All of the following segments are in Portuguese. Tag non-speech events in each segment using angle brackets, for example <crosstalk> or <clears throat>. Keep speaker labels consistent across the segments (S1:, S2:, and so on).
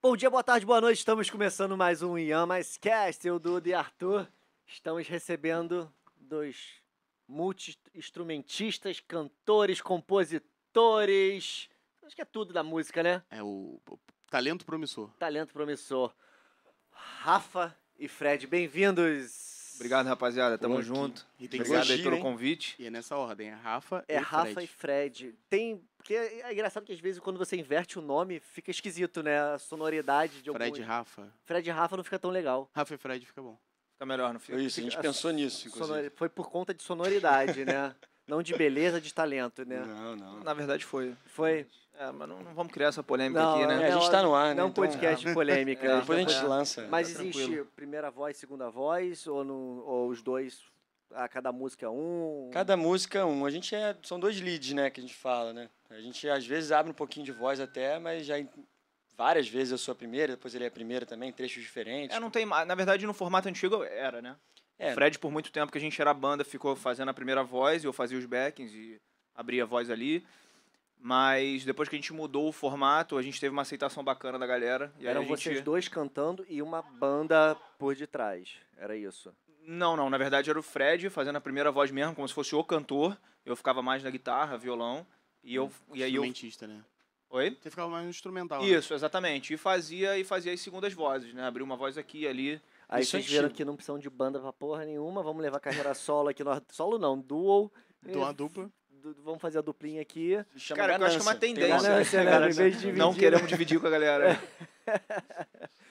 S1: Bom dia, boa tarde, boa noite. Estamos começando mais um Yamas Cast. Eu, Duda e Arthur. Estamos recebendo dois multi-instrumentistas, cantores, compositores. Acho que é tudo da música, né?
S2: É o, o talento promissor.
S1: Talento promissor. Rafa e Fred, bem-vindos.
S3: Obrigado, rapaziada. Tamo
S2: Pô, que-
S3: junto.
S2: E tem que
S3: Obrigado aí
S2: elogio,
S3: pelo
S2: hein?
S3: convite.
S2: E é nessa ordem, é Rafa
S1: É
S2: e
S1: Rafa
S2: Fred.
S1: e Fred. Tem. Porque é engraçado que às vezes quando você inverte o nome, fica esquisito, né? A sonoridade de algum.
S2: Fred e Rafa.
S1: Fred e Rafa não fica tão legal.
S2: Rafa e Fred fica bom.
S3: Fica melhor, não fica?
S4: Isso, a gente
S1: a
S4: pensou nisso, inclusive.
S1: Sonori- Foi por conta de sonoridade,
S3: <laughs>
S1: né? Não de beleza, de talento, né?
S4: Não, não.
S3: Na verdade foi.
S1: Foi.
S3: É, mas não, não vamos criar essa polêmica
S1: Não,
S3: aqui,
S1: não,
S3: né?
S4: É, a gente tá no ar, né?
S1: Não um
S4: então-
S1: podcast de polêmica.
S3: É,
S4: É,
S1: não
S4: depois a gente
S1: podcast-
S4: lança.
S1: Mas
S3: tá
S1: existe
S3: tranquilo.
S1: primeira voz, segunda voz, ou, não- ou os dois, a cada música é um?
S4: Cada música é um. A gente é. São dois leads, né, que a gente fala, né? A gente às vezes abre um pouquinho de voz até, mas já. em- Várias vezes eu sou a primeira, depois ele é a primeira também, trechos diferentes.
S3: É, não tem. ma- Na verdade, no formato antigo era, né?
S4: É.
S3: Fred, por muito tempo que a gente era banda, ficou fazendo a primeira voz, e eu fazia os backings e abria a voz ali. Mas depois que a gente mudou o formato, a gente teve uma aceitação bacana da galera. E aí
S1: Eram
S3: a gente...
S1: vocês dois cantando e uma banda por detrás. Era isso.
S3: Não, não. Na verdade era o Fred fazendo a primeira voz mesmo, como se fosse o cantor. Eu ficava mais na guitarra, violão. E, eu, e aí eu.
S2: Instrumentista, né?
S3: Oi?
S2: Você ficava mais no instrumental. né?
S3: Isso, exatamente. E fazia e fazia as segundas vozes, né? Abriu uma voz aqui e ali.
S1: Aí
S4: Isso é
S1: vocês viram
S4: antigo.
S1: que não precisam de banda pra porra nenhuma, vamos levar carreira solo aqui. No... Solo não, duo.
S2: Então a dupla.
S1: Du- Vamos fazer a duplinha aqui.
S4: Se chama
S3: Cara, eu acho que é uma
S4: ganância. Tem
S3: tendência,
S4: ganância.
S1: Ganância, né?
S3: cara?
S1: Em vez de dividir,
S3: não
S1: né?
S3: queremos dividir com a galera.
S4: <laughs>
S3: <laughs>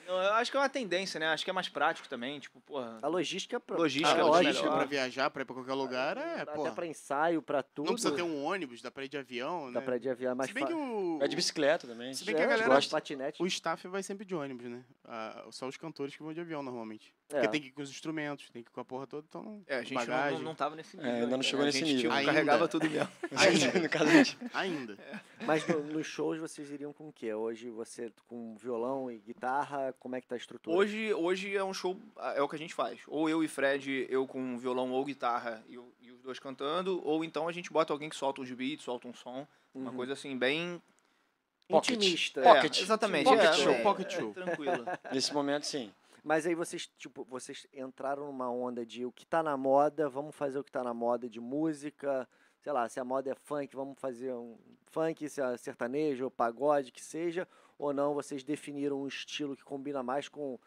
S3: Não, eu acho que é uma tendência, né? Acho que é mais prático também, tipo, porra.
S1: A logística pra,
S3: Logística,
S1: pra,
S3: é
S2: Ah,
S3: lógico,
S2: logística
S3: melhor.
S2: pra viajar, pra ir pra qualquer lugar, é,
S1: né? até
S2: pô.
S1: pra ensaio, pra tudo.
S2: Não precisa ter um ônibus, dá pra ir de avião,
S1: Dá
S2: né?
S1: pra desviar é mais
S2: Se bem que
S1: fácil.
S2: o,
S4: Vai é de bicicleta também.
S2: Se bem que a
S1: É,
S2: galera-
S1: gosta de patinete.
S2: o staff vai sempre de ônibus, né? Ah, só os cantores que vão de avião, normalmente.
S1: É.
S2: Porque tem que ir com os instrumentos, tem que ir com a porra toda, então...
S3: É, a gente não,
S2: bagagem.
S3: não, não tava nesse nível.
S4: É, ainda não chegou
S3: a
S4: nesse
S3: gente,
S4: nível.
S3: Tipo,
S2: Ainda.
S3: carregava tudo mesmo.
S4: <laughs>
S2: Ainda,
S4: no caso, a gente.
S2: ainda.
S3: É.
S1: Mas no- nos shows vocês iriam com o quê? Hoje você com violão e guitarra, como é que tá a estrutura?
S3: <laughs> Hoje, hoje é um show, é o que a gente faz. Ou eu e Fred, eu com violão ou guitarra e, o- e os dois cantando, ou então a gente bota alguém que solta uns beats, solta um som, uma
S1: Uhum.
S3: coisa assim, bem.
S4: Pocket.
S1: intimista.
S4: Pocket.
S3: É, exatamente.
S4: Pocket
S3: é,
S4: show,
S3: é,
S2: pocket
S3: é,
S2: show.
S3: tranquilo.
S4: Nesse momento, sim.
S1: Mas aí vocês, tipo, vocês entraram numa onda de o que tá na moda, vamos fazer o que tá na moda de música. Sei lá, se a moda é funk, vamos fazer um funk, se é sertanejo, ou pagode, que seja. Ou não, vocês definiram um estilo que combina mais com,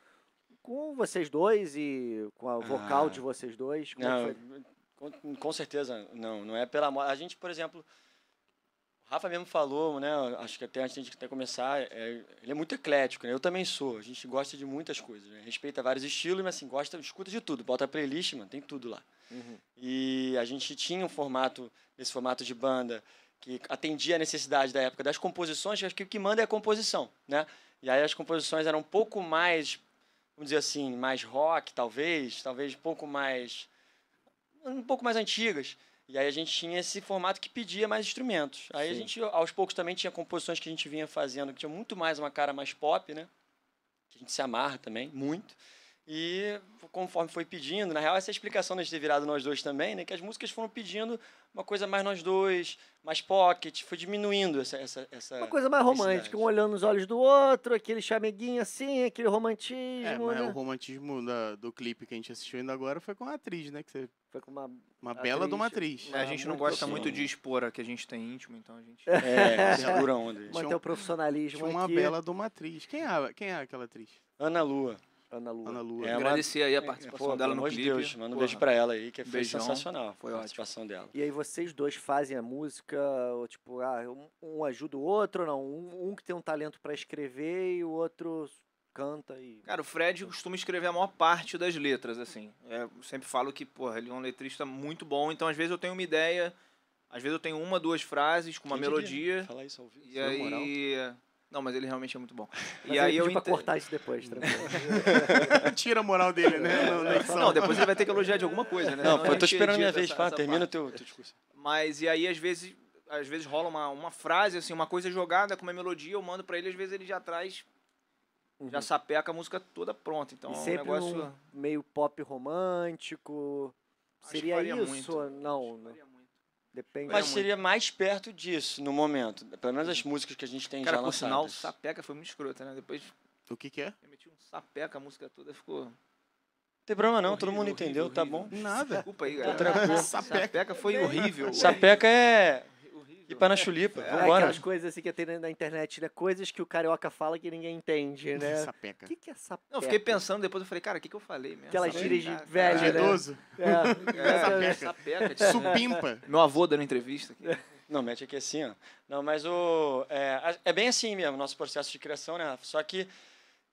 S1: com vocês dois e com a vocal
S4: Ah.
S1: de vocês dois. Como é que
S4: Não,
S1: foi?
S4: com, com certeza não. Não é pela moda. A gente, por exemplo, o Rafa mesmo falou, né? Acho que até antes de a gente até começar, é, ele é muito eclético, né? Eu também sou. A gente gosta de muitas coisas, né? Respeita vários estilos, mas assim, gosta, escuta de tudo. Bota a playlist, mano, tem tudo lá.
S1: Uhum.
S4: E a gente tinha um formato, esse formato de banda, que atendia a necessidade da época das composições, que acho que o que manda é a composição, né? E aí as composições eram um pouco mais, vamos dizer assim, mais rock, talvez, talvez um pouco mais um pouco mais antigas. E aí a gente tinha esse formato que pedia mais instrumentos. Aí a
S1: Sim.
S4: gente, aos poucos, também tinha composições que a gente vinha fazendo, que tinha muito mais uma cara mais pop, né? Que a gente se amarra também, muito. E conforme foi pedindo, na real, essa é a explicação de ter virado nós dois também, né? Que as músicas foram pedindo uma coisa mais nós dois, mais pocket, foi diminuindo essa. essa, essa...
S2: É,
S1: Uma coisa mais romântica,
S4: Felicidade.
S1: um olhando nos olhos do outro, aquele chameguinho assim, aquele
S2: É,
S1: romantismo.
S2: mas
S1: né?
S2: o romantismo da- do clipe que a gente assistiu ainda agora foi com a atriz, né? Que você,
S1: Foi com uma.
S2: uma bela de uma
S1: Atriz.
S2: atriz.
S3: É, a gente não
S1: muito
S3: gosta
S4: sim.
S3: muito de expor a que a gente tem íntimo, então a gente.
S4: É, segura a onda.
S2: Tinha
S1: Manter
S2: um-
S1: o profissionalismo
S2: Tinha uma
S1: aqui.
S2: bela de uma atriz. Quem é, quem é aquela atriz?
S4: Ana Lua.
S1: Ana Lua.
S2: Ana Lua.
S4: É, uma-
S3: Agradecer aí a
S4: Pô,
S3: participação
S4: pelo
S3: dela no
S4: amor de
S3: clipe.
S4: Deus, manda um
S3: Porra.
S4: beijo pra ela aí, que foi
S3: Beijão.
S4: sensacional
S3: Foi
S4: a
S3: ótimo.
S4: participação dela.
S1: E aí vocês dois fazem a música, ou tipo, ah, um, um ajuda o outro, não. Um, um que tem um talento pra escrever e o outro canta e.
S3: Cara, o Fred costuma escrever a maior parte das letras, assim. É, eu sempre falo que, porra, ele é um letrista muito bom, então às vezes eu tenho uma ideia, às vezes eu tenho uma, duas frases com uma
S4: Quem diria, né?
S3: melodia,
S4: Falar isso ao vivo.
S3: e
S4: na moral.
S3: aí... né, Não, mas ele realmente é muito bom.
S1: Mas
S3: e aí
S1: eu
S3: eu
S1: pedi pra
S3: ente-
S1: cortar isso depois, tá? tranquilo.
S2: <laughs> Tira a moral dele, né? na- na edição.
S3: <laughs> Não, depois ele vai ter que elogiar de alguma coisa, né?
S4: Não,
S3: Senão
S4: pô, eu tô
S3: gente
S4: esperando a minha
S3: edita
S4: vez,
S3: essa-
S4: fala,
S3: essa
S4: termina o
S3: parte.
S4: teu, teu discurso.
S3: Mas e aí às vezes, às vezes rola uma, uma frase, assim, uma coisa jogada com uma melodia, eu mando pra ele, às vezes ele já traz,
S1: Uhum.
S3: já sapeca a música toda pronta. <laughs> Então
S1: e
S3: é um
S1: sempre
S3: negócio...
S1: um meio pop romântico.
S3: Acho que
S1: Seria
S3: varia
S1: isso?
S3: muito.
S1: ou Não, né?
S3: Acho que
S1: não.
S3: varia muito.
S1: depende.
S4: Mas
S3: muito.
S4: seria mais perto disso no momento. Pelo menos as músicas que a gente tem
S3: Cara,
S4: já
S3: por sinal,
S4: lançadas.
S3: sapeca foi muito escrota, né? Depois
S2: O que que é?
S3: Eu meti um sapeca, a música toda ficou.
S4: Não tem problema não, todo
S3: Horrível,
S4: mundo
S3: horrível,
S4: entendeu, tá
S3: horrível.
S4: bom?
S2: Nada.
S3: Desculpa aí, galera.
S4: tranquilo.
S3: Sapeca. Sapeca foi horrível.
S4: Sapeca é
S3: Horrível.
S4: ir pra na chulipa,
S1: É
S4: vambora.
S1: aquelas coisas assim que tem na internet, né? Coisas que o carioca fala que ninguém entende, né? O
S2: Sapeca.
S1: que, que é sapeca?
S3: Não, eu fiquei pensando depois, eu falei, cara, o que, que eu falei mesmo?
S1: Aquelas
S3: Sapeca,
S1: gírias de
S3: cara,
S1: velho,
S2: De
S1: né?
S2: idoso.
S1: É,
S3: <laughs> É,
S2: Sapeca.
S3: sapeca. tipo, <laughs>
S2: Supimpa.
S3: Meu avô dando entrevista aqui.
S4: Não, mete aqui assim, ó. Não, mas o. É, é bem assim mesmo, nosso processo de criação, né, Rafa? Só que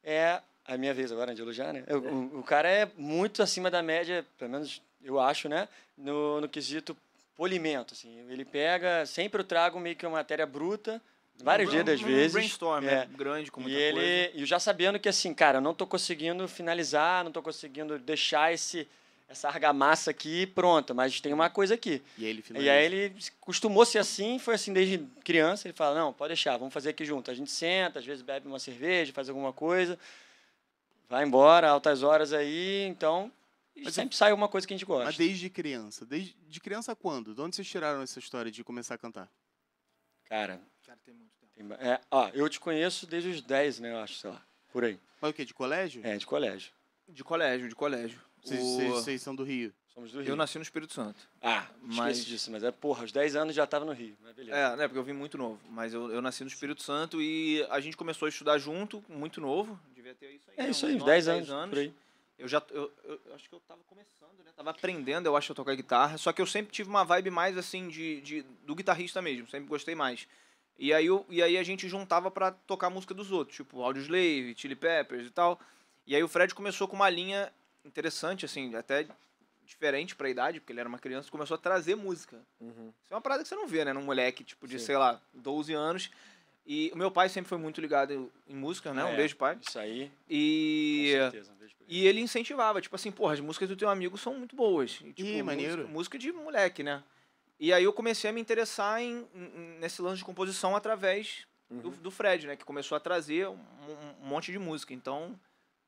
S4: é. A minha vez agora de elogiar, né? Eu- o, o cara é muito acima da média, pelo menos eu acho, né? No, no quesito polimento, assim. Ele pega. Sempre eu trago meio que uma matéria bruta, vários
S3: Um
S4: dias
S3: bra-
S4: das
S3: um
S4: vezes.
S3: brainstorm,
S4: É.
S3: né? Grande, com
S4: E
S3: muita coisa.
S4: ele, e eu já sabendo que assim, cara, eu não tô conseguindo finalizar, não tô conseguindo deixar esse essa argamassa aqui pronta, mas tem uma coisa aqui.
S2: E aí ele
S4: E
S2: finaliza.
S4: aí ele costumou ser assim, foi assim desde criança, ele fala: "Não, pode deixar, vamos fazer aqui junto". A gente senta, às vezes bebe uma cerveja, faz alguma coisa, vai embora altas horas aí, então e
S2: Mas
S4: sempre sai alguma coisa que a gente gosta.
S2: Mas desde criança. Desde, de criança quando? De onde vocês tiraram essa história de começar a cantar?
S4: Cara,
S3: Cara, tem muito tempo.
S4: tem ba- é, ó, eu te conheço desde os 10, né, eu acho, sei lá, por aí.
S2: Mas o quê? De colégio?
S4: É, de colégio.
S3: De colégio, de colégio.
S2: Vocês,
S3: O-
S2: vocês- vocês são do Rio.
S4: Somos do Rio.
S3: Eu nasci no Espírito Santo.
S4: Ah,
S3: Mas-
S4: esqueci disso, mas é, porra, aos 10 anos já tava no Rio, mas beleza.
S3: É, né? Porque eu vim muito novo. Mas eu, eu nasci no Espírito Santo e a gente começou a estudar junto, muito novo. Devia ter isso aí.
S4: É,
S3: né,
S4: isso
S3: uns
S4: aí, uns
S3: nove,
S4: 10 anos, por aí.
S3: Eu já. Eu, eu- eu acho que eu tava começando, né? Tava aprendendo, eu acho, a tocar guitarra. Só que eu sempre tive uma vibe mais assim de, de- do guitarrista mesmo. Sempre gostei mais. E aí, eu- e aí a gente juntava pra tocar a música dos outros, tipo Audioslave, Chili Peppers e tal. E aí o Fred começou com uma linha interessante, assim, até diferente pra idade, porque ele era uma criança, começou a trazer música.
S1: uhum.
S3: Isso é uma parada que você não vê, né? Num moleque, tipo, de,
S1: Sim.
S3: sei lá, 12 anos. E o meu pai sempre foi muito ligado em- em música, né?
S4: É.
S3: Um beijo, pai.
S4: Isso aí,
S3: E.
S4: com certeza. Um beijo pra ele.
S3: E ele incentivava, tipo assim, porra, as músicas do teu amigo são muito boas. E, tipo,
S2: Ih, maneiro.
S3: Música, música de moleque, né? E aí eu comecei a me interessar em, em- nesse lance de composição através
S2: Uhum.
S3: do, do Fred, né? Que começou a trazer um, um- um monte de música. Então,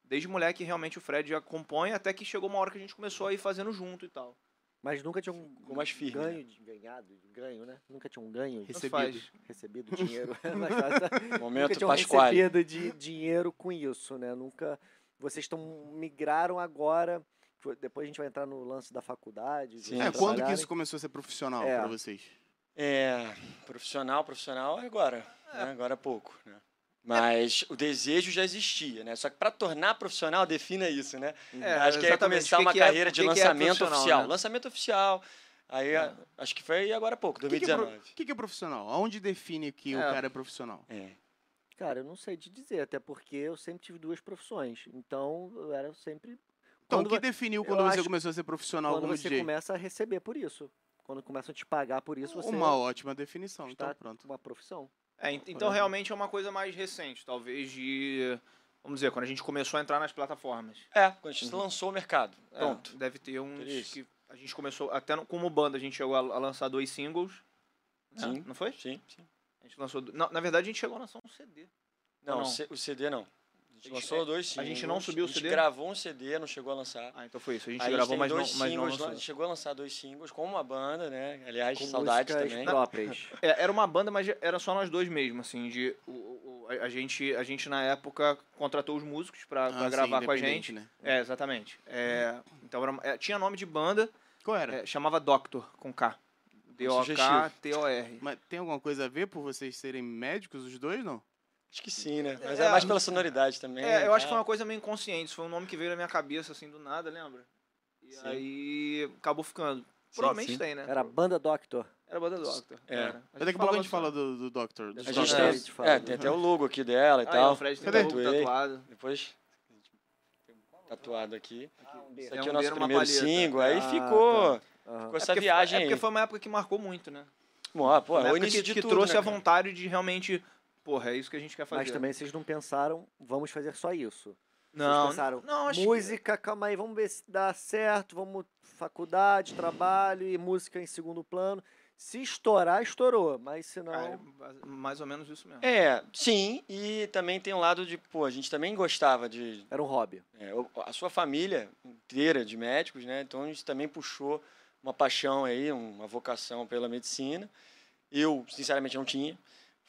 S3: desde moleque, realmente o Fred já compõe, até que chegou uma hora que a gente começou a ir fazendo junto e tal.
S1: Mas nunca tinha um
S4: Ficou mais firme,
S3: né?
S1: ganho, de, ganhado, de ganho, né? Nunca tinha um ganho,
S3: Tanto
S2: Recebido.
S3: faz.
S1: recebido dinheiro. <laughs> Mas essa- nunca
S4: Momento
S1: tinham
S4: Pasquale.
S1: recebido de dinheiro com isso, né? Nunca. Vocês estão migraram agora. foi- Depois a gente vai entrar no lance da faculdade. de
S4: Sim.
S1: vocês
S2: É, quando que
S1: trabalharem.
S2: isso começou a ser profissional
S1: É.
S2: pra vocês?
S4: É, profissional, profissional é agora, né? agora há pouco, né?
S3: É.
S4: Mas o desejo já existia, né? Só que para tornar profissional, defina isso, né?
S3: É,
S4: acho que é
S3: exatamente.
S4: começar
S3: O que
S4: uma
S3: que é-
S4: carreira
S3: o
S4: de
S3: que que é
S4: lançamento
S3: profissional,
S4: oficial.
S3: né? É.
S4: Lançamento oficial. Aí, a- acho que foi agora há pouco,
S2: O que, que é pro-
S4: 2019.
S2: o que que é profissional? Aonde define que o
S3: É.
S2: cara é profissional?
S4: É.
S1: Cara, eu não sei te dizer, até porque eu sempre tive duas profissões. Então, eu era sempre.
S2: Então,
S1: Quando
S2: o que
S1: vo-
S2: definiu
S1: eu
S2: quando você
S1: acho-
S2: começou a ser profissional
S1: quando
S2: como
S1: você
S2: DJ?
S1: começa a receber por isso. Quando começam a te pagar por isso, você
S2: Uma ótima definição,
S1: está
S2: então pronto.
S1: com uma profissão.
S3: É, ent- então realmente é uma coisa mais recente, talvez de. Vamos dizer, quando a gente começou a entrar nas plataformas.
S4: é, quando a gente lançou o mercado.
S3: É,
S4: Pronto.
S3: deve ter uns
S4: Isso.
S3: que a gente começou, até no- como banda, a gente chegou a a lançar dois singles. né?
S4: Sim.
S3: Não foi?
S4: Sim, sim.
S3: A gente lançou. do- Não, na verdade, a gente chegou a lançar um CD.
S4: Não,
S3: Ou
S4: o
S3: não?
S4: C- o CD não. A gente
S3: Eles-
S4: lançou dois
S3: a
S4: singles.
S3: gente não subiu o
S4: A
S3: CD?
S4: gente gravou um CD, não chegou a lançar.
S3: Ah, então foi isso. A gente
S4: Aí
S3: gravou,
S4: tem
S3: mas não,
S4: dois
S3: mas não
S4: singles, lan-
S3: lançou.
S4: chegou a lançar dois singles com uma banda, né? Aliás,
S1: Com
S4: saudades
S1: músicas
S4: também.
S1: próprias.
S3: É, era uma banda, mas era só nós dois mesmo, assim. De, o- o- o- a, a gente, a gente, na época, contratou os músicos pra, pra
S2: Ah, sim,
S3: gravar com a
S2: independente,
S3: gente.
S2: Né?
S3: É, exatamente. É, então era uma- é, tinha nome de banda,
S2: Qual era?
S3: é, chamava Doctor, com K. D-O-K-T-O-R.
S2: Mas tem alguma coisa a ver por vocês serem médicos, os dois, não?
S4: Acho que sim, né? Mas
S3: É,
S4: é, mais pela sonoridade também.
S3: É, eu acho que
S4: tá?
S3: foi uma coisa meio inconsciente. Isso foi um nome que veio na minha cabeça, assim, do nada, lembra? E
S4: Sim.
S3: aí acabou ficando. Provavelmente
S4: sim.
S3: tem, né?
S1: Era a banda Doctor.
S3: Era Banda Doctor.
S4: É.
S3: Era.
S2: Mas daqui a pouco a gente fala do, do Doctor. dos
S4: A
S1: Só
S4: gente
S1: pra
S4: tem,
S2: Doctors.
S1: gente falar.
S4: é, tem até o logo aqui dela e
S3: Ah,
S4: tal.
S3: né? o Fred tem
S2: Cadê?
S3: o logo
S4: Tatuei.
S3: tatuado.
S4: Depois. Tatuado aqui. Isso
S3: É
S4: aqui
S3: um
S4: é o nosso
S3: dedo, uma
S4: primeiro
S3: palheta.
S4: single. Aí
S1: Ah,
S4: ficou,
S1: Aham.
S4: ficou essa
S3: é porque,
S4: viagem
S3: É
S4: aí.
S3: porque foi uma época que marcou muito, né?
S4: Bom, ah, pô,
S3: Foi uma
S4: é o
S3: época
S4: início
S3: que,
S4: de
S3: que
S4: tudo,
S3: trouxe
S4: né,
S3: a
S4: cara?
S3: vontade de realmente. Porra, é isso que a gente quer fazer.
S1: Mas também vocês não pensaram, vamos fazer só isso.
S3: Não,
S1: vocês pensaram,
S3: não, acho que-
S1: música, calma aí, vamos ver se dá certo, vamos faculdade, trabalho e música em segundo plano. Se estourar, estourou, mas se não,
S3: Cara, mais ou menos isso mesmo.
S4: É, sim. E também tem um lado de, pô, a gente também gostava de,
S1: era um hobby.
S4: É, o- a sua família inteira de médicos, né? Então isso também puxou uma paixão aí, uma vocação pela medicina. Eu, sinceramente, não tinha.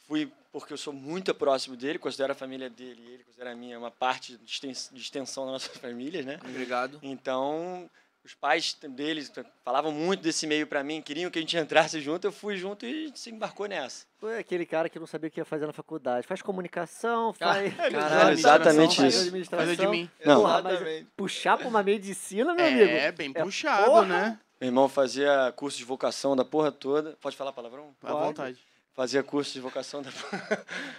S4: Fui porque eu sou muito próximo dele, considero a família dele e ele considera a minha uma parte de extens- de extensão da nossa <laughs> família, né?
S3: Obrigado.
S4: Então, os pais deles falavam muito desse meio para mim, queriam que a gente entrasse junto, eu fui junto e a gente se embarcou nessa.
S1: Foi aquele cara que não sabia o que ia fazer na faculdade. Faz comunicação, faz.
S4: Caralho, exatamente
S1: faz
S4: isso.
S2: Faz de
S1: administração.
S2: mim.
S4: Não.
S1: Porra, mas
S3: Exatamente.
S1: puxar pra uma medicina, meu amigo.
S2: É, bem
S1: É,
S2: puxado,
S1: porra.
S2: né?
S4: Meu irmão fazia curso de vocação da porra toda. Pode falar palavrão?
S2: À
S1: Pode.
S2: vontade.
S4: Fazia curso de vocação da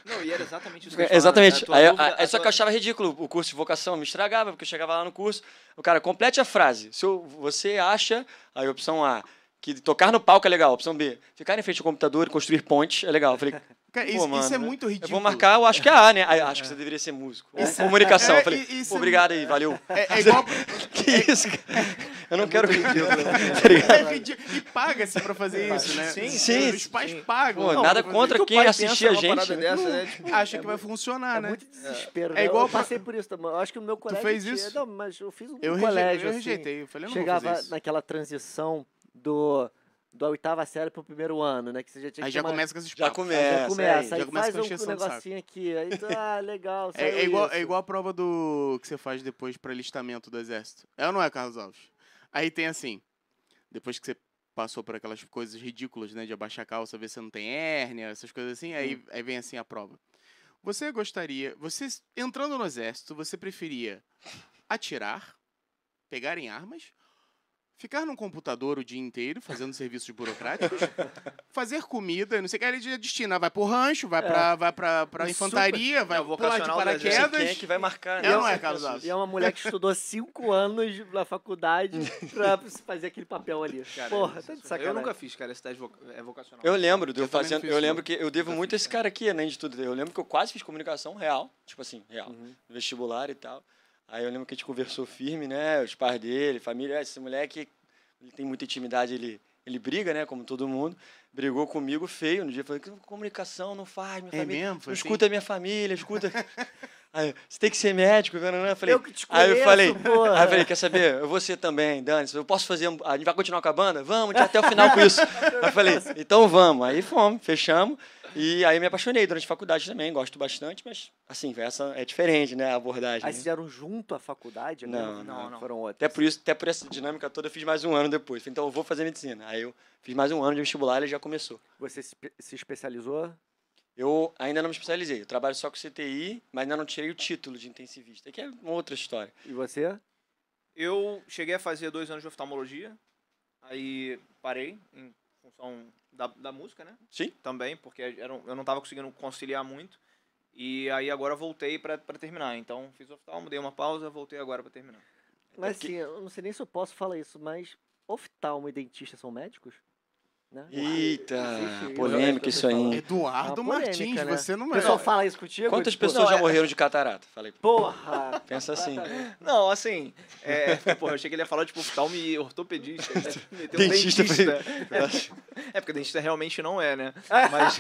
S3: Não, e era exatamente isso que eu ia
S4: É,
S3: falar,
S4: Exatamente.
S3: né? A tua
S4: Aí,
S3: dúvida-
S4: aí-
S3: a
S4: só que eu
S3: tua-
S4: achava ridículo o curso de vocação, me estragava, porque eu chegava lá no curso, o cara, complete a frase. Se eu- você acha, aí opção A, que tocar no palco é legal, opção B, ficar em frente ao computador e construir pontes é legal. Eu falei,
S2: Cara,
S4: Pô,
S2: isso,
S4: mano,
S2: isso é
S4: né?
S2: muito
S4: eu
S2: ridículo.
S4: vou marcar, eu acho que é A, né? Aí, eu acho que você deveria ser músico. Ou comunicação.
S2: É,
S4: Eu falei,
S2: e- isso
S4: pô,
S2: é-
S4: obrigado aí, valeu.
S2: É, é igual.
S4: Que isso, cara? Eu não quero... <laughs> Tá
S2: <laughs>
S4: ligado?
S2: é ridículo. E paga-se pra fazer isso, né?
S3: Sim,
S4: sim,
S2: Os pais
S3: sim.
S2: pagam.
S4: Pô,
S2: Não,
S4: nada
S2: pra fazer.
S4: contra
S3: Como que o
S4: quem
S3: pai
S4: assistia a
S3: pensa numa
S4: gente.
S3: parada
S4: né?
S3: dessa, né? Tipo,
S2: Acha que vai
S1: É
S2: funcionar, né?
S1: muito desespero.
S2: É
S1: né?
S2: igual
S1: eu
S2: pra-
S1: passei por isso também. Eu acho que no meu colégio.
S2: fez
S1: tinha-
S2: isso?
S1: Não, mas eu fiz um
S2: Eu rejeitei,
S1: colégio.
S2: eu
S1: assim,
S2: rejeitei. Eu falei, eu não
S1: chegava
S2: vou fazer isso.
S1: naquela transição do da oitava série pro primeiro ano, né? Que você já tinha
S2: Aí
S1: que
S2: já
S1: tomar-
S2: começa com esses
S4: Já
S1: Aí
S2: papos.
S1: já
S4: começa.
S1: começa,
S2: aí,
S1: aí,
S2: já começa
S1: faz
S2: com a
S1: um
S2: encheção de
S1: negocinho aqui. Aí,
S2: <laughs>
S1: tu, ah, legal.
S2: É,
S1: saiu
S2: é igual,
S1: isso.
S2: é igual a prova do que você faz depois para alistamento do exército. É ou não é, Carlos Alves? Aí tem assim, depois que você passou por aquelas coisas ridículas, né, de abaixar a calça, ver se não tem hérnia, essas coisas assim, aí, aí vem assim a prova. Você gostaria, você s- entrando no exército, você preferia atirar, pegar em armas, ficar num computador o dia inteiro fazendo serviços burocráticos, fazer comida, não sei o que, aí ele já destina, vai pro rancho, vai
S1: É.
S2: pra, vai pra, pra
S1: Um
S2: infantaria, vai
S3: É, o
S2: pular de
S3: vocacional do exército.
S2: paraquedas.
S4: Quem é que vai marcar, né?
S2: É ou não é, Carlos Alves?
S1: E é uma mulher que estudou cinco anos na
S2: <laughs>
S1: faculdade pra fazer aquele papel ali.
S3: cara,
S1: Porra,
S3: isso-
S2: é
S1: tá de sacanagem.
S3: Eu nunca fiz, cara, essa teste voca- é vocacional.
S4: Eu lembro de eu,
S2: Eu também né? não
S4: fazendo.
S2: fiz,
S4: Eu
S2: não.
S4: lembro que eu devo muito a esse cara aqui, além de tudo. Eu lembro que eu quase fiz comunicação real, tipo assim, real,
S1: Uhum.
S4: vestibular e tal. Aí eu lembro que a gente conversou firme, né? Os pais dele, família. "Ah, Esse moleque, ele tem muita intimidade, ele, ele briga, né? Como todo mundo. Brigou comigo feio no dia. Falei, que comunicação não faz, minha
S2: É
S4: família.
S2: mesmo?
S4: Não
S2: Foi assim?
S4: escuta a minha família, escuta. <laughs> Aí, você tem que ser médico, né? Eu falei,
S1: Eu que te
S4: aí eu
S1: conheço,
S4: falei,
S1: porra.
S4: aí eu falei, quer saber? Eu vou ser também, Dani. Eu posso fazer. um- A gente vai continuar com a banda? Vamos, a gente vai até o final com isso. Aí
S1: <laughs>
S4: eu falei, então vamos. Aí fomos, fechamos. E aí me apaixonei durante a faculdade também, gosto bastante, mas assim, essa é diferente, né? A abordagem.
S1: Aí
S4: né?
S1: vocês eram junto à faculdade? né?
S4: Não,
S3: não, não.
S1: Foram outros.
S4: Até por isso, até por essa dinâmica toda, eu fiz mais um ano depois. Falei, Então eu vou fazer medicina. Aí eu fiz mais um ano de vestibular e ele já começou.
S1: Você se, se especializou?
S4: Eu ainda não me especializei. Eu trabalho só com CTI, mas ainda não tirei o título de intensivista, que é uma outra história.
S1: E você?
S3: Eu cheguei a fazer dois anos de oftalmologia, aí parei em função da, da música, né?
S4: Sim.
S3: Também, porque era um- eu não tava conseguindo conciliar muito. E aí agora eu voltei pra, pra terminar. Então fiz oftalmo, dei uma pausa, voltei agora pra terminar.
S1: Mas
S4: porque-
S1: assim, eu não sei nem se eu posso falar isso, mas oftalmo e dentista são médicos? Né?
S4: Eita,
S1: Existe isso, né,
S4: polêmica
S1: que eu tô
S4: isso aí.
S1: falando.
S2: é Eduardo
S1: Uma polêmica,
S2: Martins,
S1: né?
S2: você não
S1: O
S2: é.
S1: pessoal fala isso contigo?
S4: Quantas
S1: Tipo,
S4: pessoas
S1: não,
S4: já
S1: é-
S4: morreram de catarata? Falei,
S3: <laughs>
S1: Porra!
S4: pensa assim. <laughs>
S3: Não, assim, <laughs> é, porra, eu achei que ele ia falar tipo oftalmo e ortopedista. né? Meteu um
S4: Dentista,
S3: É, porque dentista realmente não é, né? Mas,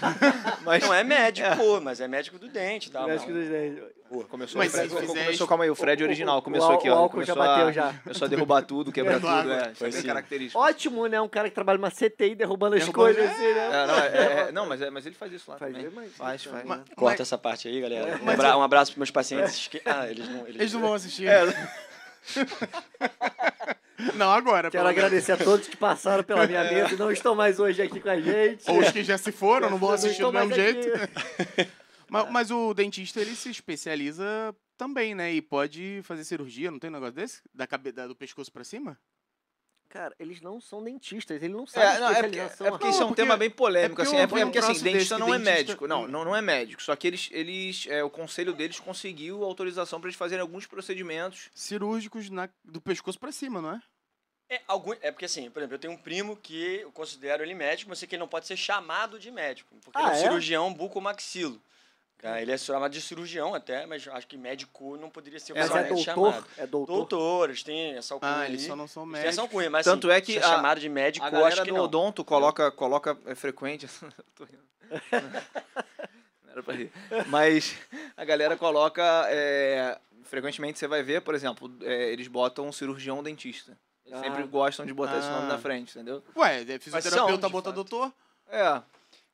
S3: mas
S4: Não é médico, pô, mas é médico do dente, tá?
S1: Médico
S4: mano?
S1: dos dentes.
S3: Começou,
S2: Mas
S3: o Fred,
S2: se fizer
S3: começou
S2: isso-
S3: calma aí, o Fred
S1: o-
S3: original
S1: o-
S3: começou
S1: o
S3: aqui, ó.
S1: álcool
S3: começou
S1: já bateu
S3: a,
S1: já.
S3: <laughs> Começou a derrubar tudo, quebrar
S2: Derrubar
S3: tudo,
S2: água.
S3: é. Isso é bem
S4: Foi
S3: característico.
S1: Ótimo, né? Um cara que trabalha numa CTI derrubando as
S2: Derrubando-
S1: coisas assim, né?
S3: É, não, é- é- não, mas, é- mas ele faz isso lá
S1: Faz, né?
S3: também.
S1: mas-
S3: Faz, faz.
S2: Ma-
S4: Corta
S2: mas-
S4: essa parte aí, galera. Um,
S2: Mas
S4: abra- um abraço pros meus pacientes. que- Ah, eles não. Eles,
S2: Eles não vão assistir.
S3: É,
S2: Não, agora.
S1: Quero
S2: pelo menos.
S1: agradecer a todos que passaram pela
S3: <laughs>
S1: minha mesa e não estão mais hoje aqui com a gente.
S2: Ou os que já se foram, não vão
S1: Não
S2: assistir
S1: estão
S2: do mesmo
S1: mais
S2: jeito.
S1: aqui.
S2: Mas, mas o dentista, ele se especializa também, né? E pode fazer cirurgia, não tem um negócio desse? Da cabe... da- do pescoço pra cima?
S1: Cara, eles não são dentistas, eles não sabem
S3: é, não, é porque,
S1: especialização.
S3: é porque isso é
S2: Não,
S3: um
S2: porque-
S3: tema bem polêmico,
S2: é porque
S3: assim.
S2: eu
S3: É porque,
S2: vi
S3: é
S2: um
S3: porque assim,
S2: troço desse
S3: dentista
S2: que
S3: não é
S2: dentista-
S3: médico. Não, não, não é médico. Só que eles, eles é, o conselho deles conseguiu autorização pra eles fazerem alguns procedimentos.
S2: Cirúrgicos na... do pescoço pra cima, não é?
S4: É, algum, é porque assim, por exemplo, eu tenho um primo que eu considero ele médico, mas eu sei que ele não pode ser chamado de médico, porque ele é
S1: Ah, é?
S4: um cirurgião bucomaxilo. Tá? Ele é chamado de cirurgião até, mas eu acho que médico não poderia ser
S1: Mas é
S4: oficialmente
S1: doutor,
S4: chamado.
S1: é doutor.
S4: Doutor, eles têm essa alcunha
S2: Ah,
S4: ali.
S2: eles só não são
S4: Eles têm essa
S2: médicos.
S4: alcunha, mas
S3: Tanto
S4: assim,
S3: é que
S4: ser
S3: a-
S4: chamado de médico,
S3: A
S4: eu acho
S3: galera
S4: que
S3: do
S4: não.
S3: odonto coloca, coloca é, frequente. <laughs> Tô rindo. Não era pra rir. Mas a galera coloca. é, frequentemente você vai ver, por exemplo, é, eles botam cirurgião dentista. Eles
S1: Ah.
S3: sempre gostam de botar esse nome
S2: Ah.
S3: na frente, entendeu?
S2: Ué, é
S4: Mas
S2: fisioterapeuta
S4: são, de
S2: bota
S4: fato.
S2: doutor?
S3: É.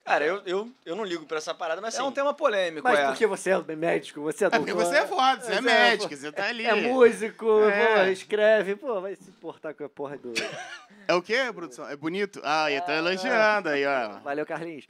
S4: Cara, eu, eu, eu não ligo pra essa parada, mas assim.
S3: é um tema polêmico,
S1: Mas
S3: é.
S1: porque você é médico, você é
S2: É
S1: doutor.
S2: porque você é foda, você é,
S1: Mas
S2: médico,
S1: pô,
S2: você tá ali.
S1: É músico,
S2: É.
S1: pô, escreve, pô, vai se importar com a porra do...
S2: É o quê, produção? É bonito? Ah, eu tô elogiando aí, ó.
S1: Valeu, Carlinhos.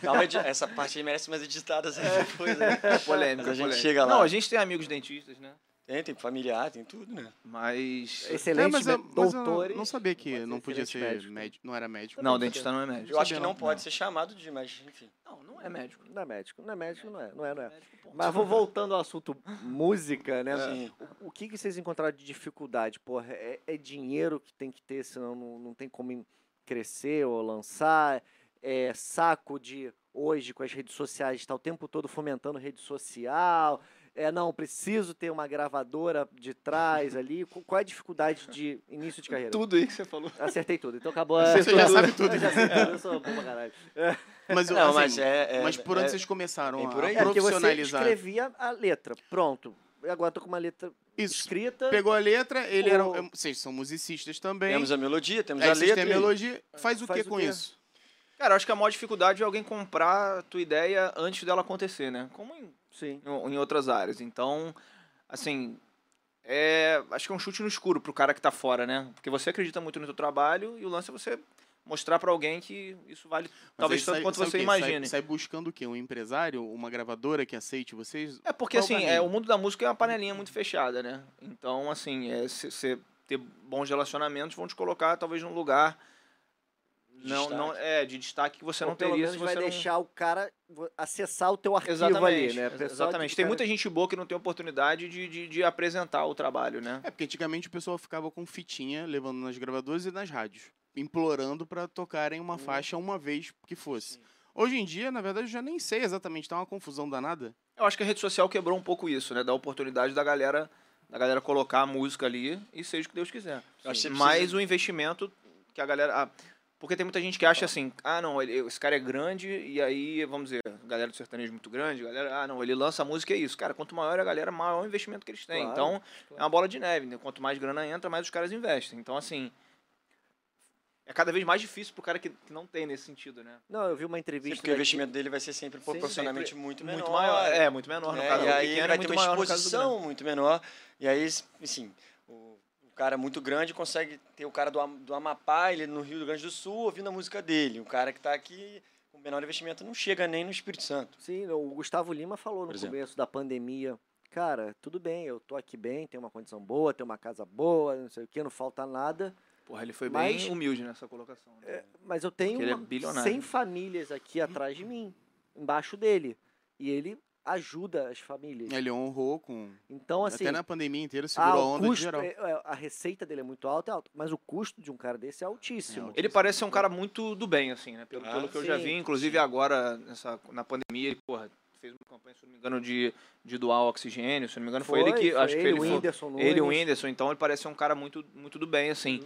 S4: Calma, edi- essa parte aí merece umas editadas aí
S3: <laughs>
S4: depois, né?
S3: É polêmico.
S4: Mas a
S3: é
S4: gente
S3: polêmico.
S4: chega lá.
S3: Não, a gente tem amigos dentistas, né?
S4: Tem, tem familiar, tem tudo, né?
S3: Mas.
S1: Excelente,
S2: É, mas eu- mas eu
S1: doutores.
S2: não sabia que
S1: Mas
S2: não podia ser
S1: excelente médico.
S2: médico. Não era médico.
S3: Não, dentista não é médico.
S4: Eu acho que
S2: sabia
S4: não
S2: não.
S4: pode
S2: Não.
S4: ser chamado de, mas enfim.
S3: Não, não é médico.
S1: Não é médico, não é médico, não é, não é, não é.
S3: Médico, ponto.
S1: Mas vou voltando ao assunto música,
S3: É
S2: É.
S1: né?
S3: assim.
S4: Sim.
S1: O que, que vocês encontraram de dificuldade? Porra, é, é dinheiro que tem que ter, senão não, não tem como em- crescer ou lançar. É saco de hoje com as redes sociais, está o tempo todo fomentando rede social. É, não, preciso ter uma gravadora de trás
S2: <laughs>
S1: ali. Qu- Qual é a dificuldade de início de carreira?
S3: Tudo aí que você falou.
S1: Acertei tudo, então acabou. a-
S2: Você já sabe tudo.
S1: Eu já sei tudo, eu sou bom pra caralho.
S2: <laughs> Mas, eu-
S4: Não,
S2: assim,
S4: mas é, é-
S2: mas por onde
S4: é-
S2: vocês começaram
S4: tem por
S2: a
S4: aí.
S1: É porque você
S2: profissionalizar?
S1: escrevia a letra, pronto. E Agora tô com uma letra <laughs>
S2: Isso.
S1: escrita.
S2: Pegou a letra, ele
S1: O-
S2: era. um- Vocês são musicistas também. é,
S4: Temos a melodia, temos
S3: É,
S2: aí
S4: a
S2: vocês
S4: letra.
S2: têm
S4: e-
S2: melodia. Faz o
S1: Faz
S2: que
S1: o
S2: com
S1: quê?
S2: isso?
S3: Cara, eu acho que a maior dificuldade é alguém comprar a tua ideia antes dela acontecer, né? Como em,
S1: Sim.
S3: em- em outras áreas. Então, assim. É, acho que é um chute no escuro pro cara que tá fora, né? Porque você acredita muito no teu trabalho e o lance é você mostrar pra alguém que isso vale
S2: Mas
S3: talvez
S2: aí
S3: tanto
S2: sai-
S3: quanto
S2: sai o
S3: você
S2: quê?
S3: imagine.
S2: Sai, sai buscando o quê? Um empresário? Uma gravadora que aceite vocês?
S3: É porque,
S2: Qual
S3: assim,
S2: caminho?
S3: é, o mundo da música é uma panelinha muito fechada, né? Então, assim, é, se- se ter bons relacionamentos vão te colocar, talvez, num lugar...
S4: De
S3: Não,
S4: destaque.
S3: não, é, de destaque que você
S1: Ou
S3: não
S1: pelo
S3: teria
S1: menos
S3: se
S1: vai
S3: você não...
S1: deixar o cara vo- acessar o teu arquivo ali,
S3: Exatamente,
S1: né?
S3: ex- exatamente. Tem muita gente boa que não tem oportunidade de, de, de apresentar o trabalho, né?
S2: É porque antigamente o pessoal ficava com fitinha, levando nas gravadoras e nas rádios, implorando pra tocarem uma faixa uma vez que fosse. Hoje em dia, na verdade, eu já nem sei exatamente, tá uma confusão danada.
S3: Eu acho que a rede social quebrou um pouco isso, né? Dá oportunidade da galera, da galera colocar a música ali e seja o que Deus quiser.
S4: Eu acho que você
S3: Mas
S4: precisa-
S3: o investimento que a galera. ah, porque tem muita gente que acha assim, ah, não, ele- esse cara é grande, e aí, vamos dizer, a galera do sertanejo é muito grande, a galera, ah, não, ele lança a música e é isso. Cara, quanto maior a galera, maior o investimento que eles têm.
S1: Claro,
S3: então, é uma bola de neve, né? Quanto mais grana entra, mais os caras investem. Então, assim, é cada vez mais difícil pro cara que, que não tem nesse sentido, né?
S1: Não, eu vi uma
S4: Sim,
S1: entrevista.
S4: porque o
S1: daqui-
S4: investimento dele vai ser sempre proporcionalmente muito menor.
S3: Muito maior, é, muito menor no
S4: né?
S3: caso.
S4: e
S3: do
S4: aí
S3: pequeno,
S4: vai
S3: é
S4: ter
S3: muito
S4: uma
S3: maior no caso do grande.
S4: exposição muito menor. E aí, assim, o, o cara muito grande consegue ter o cara do, Am- do Amapá, ele no Rio Grande do Sul, ouvindo a música dele. O cara que está aqui com menor investimento não chega nem no Espírito Santo.
S1: Sim, o Gustavo Lima falou no
S4: Por exemplo.
S1: começo da pandemia. Cara, tudo bem, eu tô aqui bem, tenho uma condição boa, tenho uma casa boa, não sei o que, não falta nada.
S3: Porra, ele foi
S1: Mas-
S3: bem humilde nessa colocação. né?
S1: Mas eu tenho
S3: Porque ele é
S1: uma-
S3: bilionário.
S1: 100 famílias aqui atrás de mim, embaixo dele. E ele ajuda as famílias.
S3: É,
S2: Ele honrou com.
S1: Então, assim.
S2: até na pandemia inteira
S1: Ah,
S2: segurou a
S1: o
S2: onda de
S1: custo-
S2: geral.
S1: é, é, a receita dele é muito alta, é alta, mas o custo de um cara desse é altíssimo.
S2: altíssimo.
S3: Ele parece ser um cara muito do bem, assim, né? Pelo,
S4: Ah,
S3: pelo que eu já
S1: sim.
S3: vi, inclusive agora, nessa, na pandemia, ele, porra, fez uma campanha, se não me engano, de, de doar oxigênio, se não me engano, foi, ele que. acho que ele
S1: o
S3: foi.
S1: Whindersson Nunes.
S3: Ele e o Whindersson, então ele parece ser um cara muito, muito do bem, assim.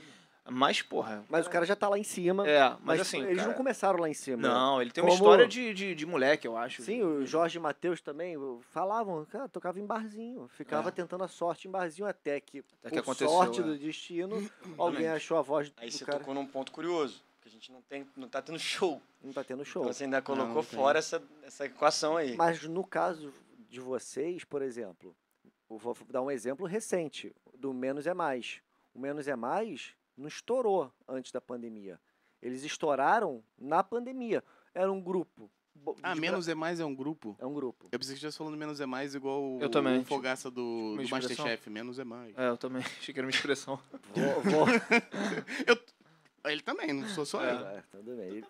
S3: Mas, porra.
S1: Mas o cara já tá lá em cima.
S3: É, mas,
S1: mas
S3: assim.
S1: eles
S3: cara,
S1: não começaram lá em cima. né?
S3: Não, ele tem uma
S1: Como-
S3: história de, de, de moleque, eu acho.
S1: Sim, o Jorge Matheus também o- falavam, cara, tocava em barzinho, ficava
S4: É.
S1: tentando a sorte em barzinho até que,
S3: Até
S1: por
S3: que aconteceu,
S1: sorte
S3: é.
S1: do
S3: <clears throat>
S1: destino, alguém achou a voz
S4: Aí
S1: do
S4: você
S1: cara.
S4: tocou num ponto curioso, porque a gente não, tem, não tá tendo show.
S1: Não tá tendo show.
S4: Então você ainda colocou
S2: não tem.
S4: fora essa, essa equação aí.
S1: Mas no caso de vocês, por exemplo, eu vou dar um exemplo recente do Menos é Mais. O Menos é Mais não estourou antes da pandemia. Eles estouraram na pandemia. Era um grupo. bo-
S2: Ah,
S1: de-
S2: menos é mais é um grupo.
S1: É um grupo.
S2: <laughs> Eu pensei que já falando menos é mais igual o-
S3: Eu também,
S2: o
S3: tipo,
S2: fogaça do,
S3: uma
S2: do
S3: expressão.
S2: Masterchef. Menos é mais.
S3: É, eu também <laughs> achei que era uma expressão.
S1: Vou, vou...
S2: Ah, Ele também, não sou
S1: <laughs>
S2: só eu.
S1: É, tudo bem.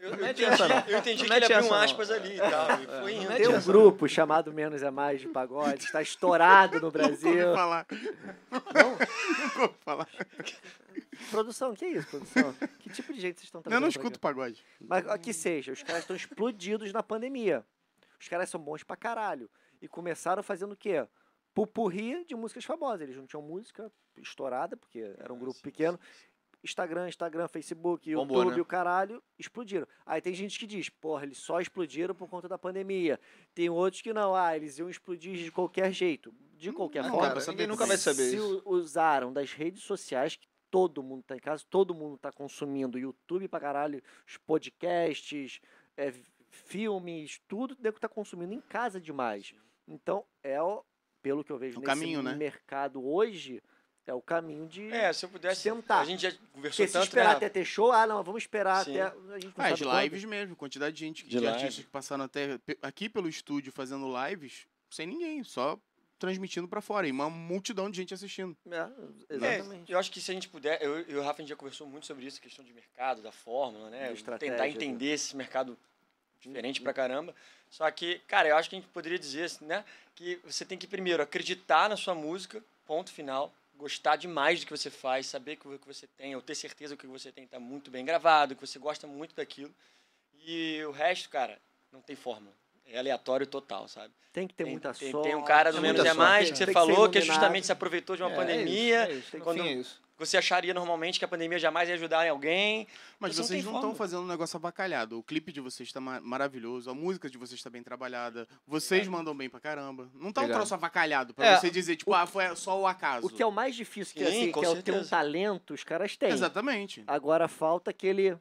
S4: Eu,
S3: Não
S4: eu
S3: mete
S4: entendi,
S3: essa, não.
S4: eu entendi
S3: Não
S4: que ele
S3: mete
S4: abriu
S3: essa,
S4: um
S3: não.
S4: aspas ali e tal. E foi indo.
S1: Tem um
S3: essa,
S1: grupo chamado Menos é Mais de Pagode, está estourado no
S2: Nunca ouvi
S1: Brasil.
S2: falar. <laughs> Nunca ouvi falar.
S1: Produção, que é isso, produção? Que tipo de gente vocês estão trazendo?
S2: Eu não
S1: pra cá?
S2: escuto pagode.
S1: Mas ó, que seja, os caras estão explodidos na pandemia. Os caras são bons pra caralho. E começaram fazendo o quê? Pupurri de músicas famosas. Eles não tinham música estourada, porque era um grupo pequeno. Instagram, Instagram, Facebook,
S3: Bombou,
S1: YouTube,
S3: né?
S1: o caralho, explodiram. Aí tem gente que diz, porra, eles só explodiram por conta da pandemia. Tem outros que não, ah, eles iam explodir de qualquer jeito. De qualquer
S2: Não dá
S1: forma,
S2: pra
S3: ninguém
S2: saber
S3: nunca vai
S2: também.
S3: saber
S1: se
S3: isso.
S1: u- usaram das redes sociais, que todo mundo tá em casa, todo mundo tá consumindo YouTube pra caralho, os podcasts, é, filmes, tudo, deve estar consumindo em casa demais. Então, é o, pelo que eu vejo
S4: É um
S2: O
S1: nesse
S2: caminho, né?
S1: mercado hoje, é o caminho de.
S4: É, se eu pudesse.
S1: Sentar.
S4: A gente já conversou
S1: Porque se
S4: tanto,
S1: esperar
S4: né?
S1: até ter show, ah, não, vamos esperar
S4: Sim.
S1: até. A gente não
S2: Ah,
S1: sabe
S2: de
S1: quando.
S2: lives mesmo, quantidade de gente,
S4: De
S2: de,
S4: live.
S2: artistas que passaram até pe- aqui pelo estúdio fazendo lives, sem ninguém, só transmitindo pra fora, e uma multidão de gente assistindo.
S1: É,
S4: É,
S1: exatamente.
S4: eu acho que se a gente puder, eu, eu e o Rafa a gente já conversou muito sobre isso, a questão de mercado, da fórmula, né?
S1: De Uhum. estratégia,
S4: Tentar
S1: né?
S4: entender esse mercado diferente pra caramba. Só que, cara, eu acho que a gente poderia dizer, assim, né? Que você tem que primeiro acreditar na sua música, ponto final, gostar demais do que você faz, saber que o que você tem, ou ter certeza que o que você tem tá muito bem gravado, que você gosta muito daquilo. E o resto, cara, não tem fórmula. É aleatório total, sabe?
S1: Tem que ter
S4: tem,
S1: muita
S4: tem,
S1: sorte.
S4: Tem um cara do
S3: tem
S4: Menos
S3: muita
S4: é
S3: sorte,
S4: Mais
S3: né?
S4: que você
S1: Tem que ser
S4: falou, que, é
S1: iluminado.
S4: justamente se aproveitou de uma
S3: É,
S4: pandemia,
S3: É isso, é isso. No
S4: quando-
S3: fim é isso.
S4: você acharia normalmente que a pandemia jamais ia ajudar em alguém.
S2: Mas
S4: Você não
S2: vocês
S4: tem
S2: não estão
S4: fórmula.
S2: fazendo um negócio abacalhado. O clipe de vocês tá ma- maravilhoso, a música de vocês tá bem trabalhada, vocês mandam bem pra caramba. Não tá um
S3: Obrigado.
S2: troço avacalhado pra
S3: É,
S2: você dizer, tipo, ah, foi só o acaso.
S1: O que é o mais difícil, que,
S4: Sim,
S1: assim,
S4: com
S1: que é o ter um
S4: certeza.
S1: talento, os caras têm.
S2: Exatamente.
S1: Agora falta aquele. aquele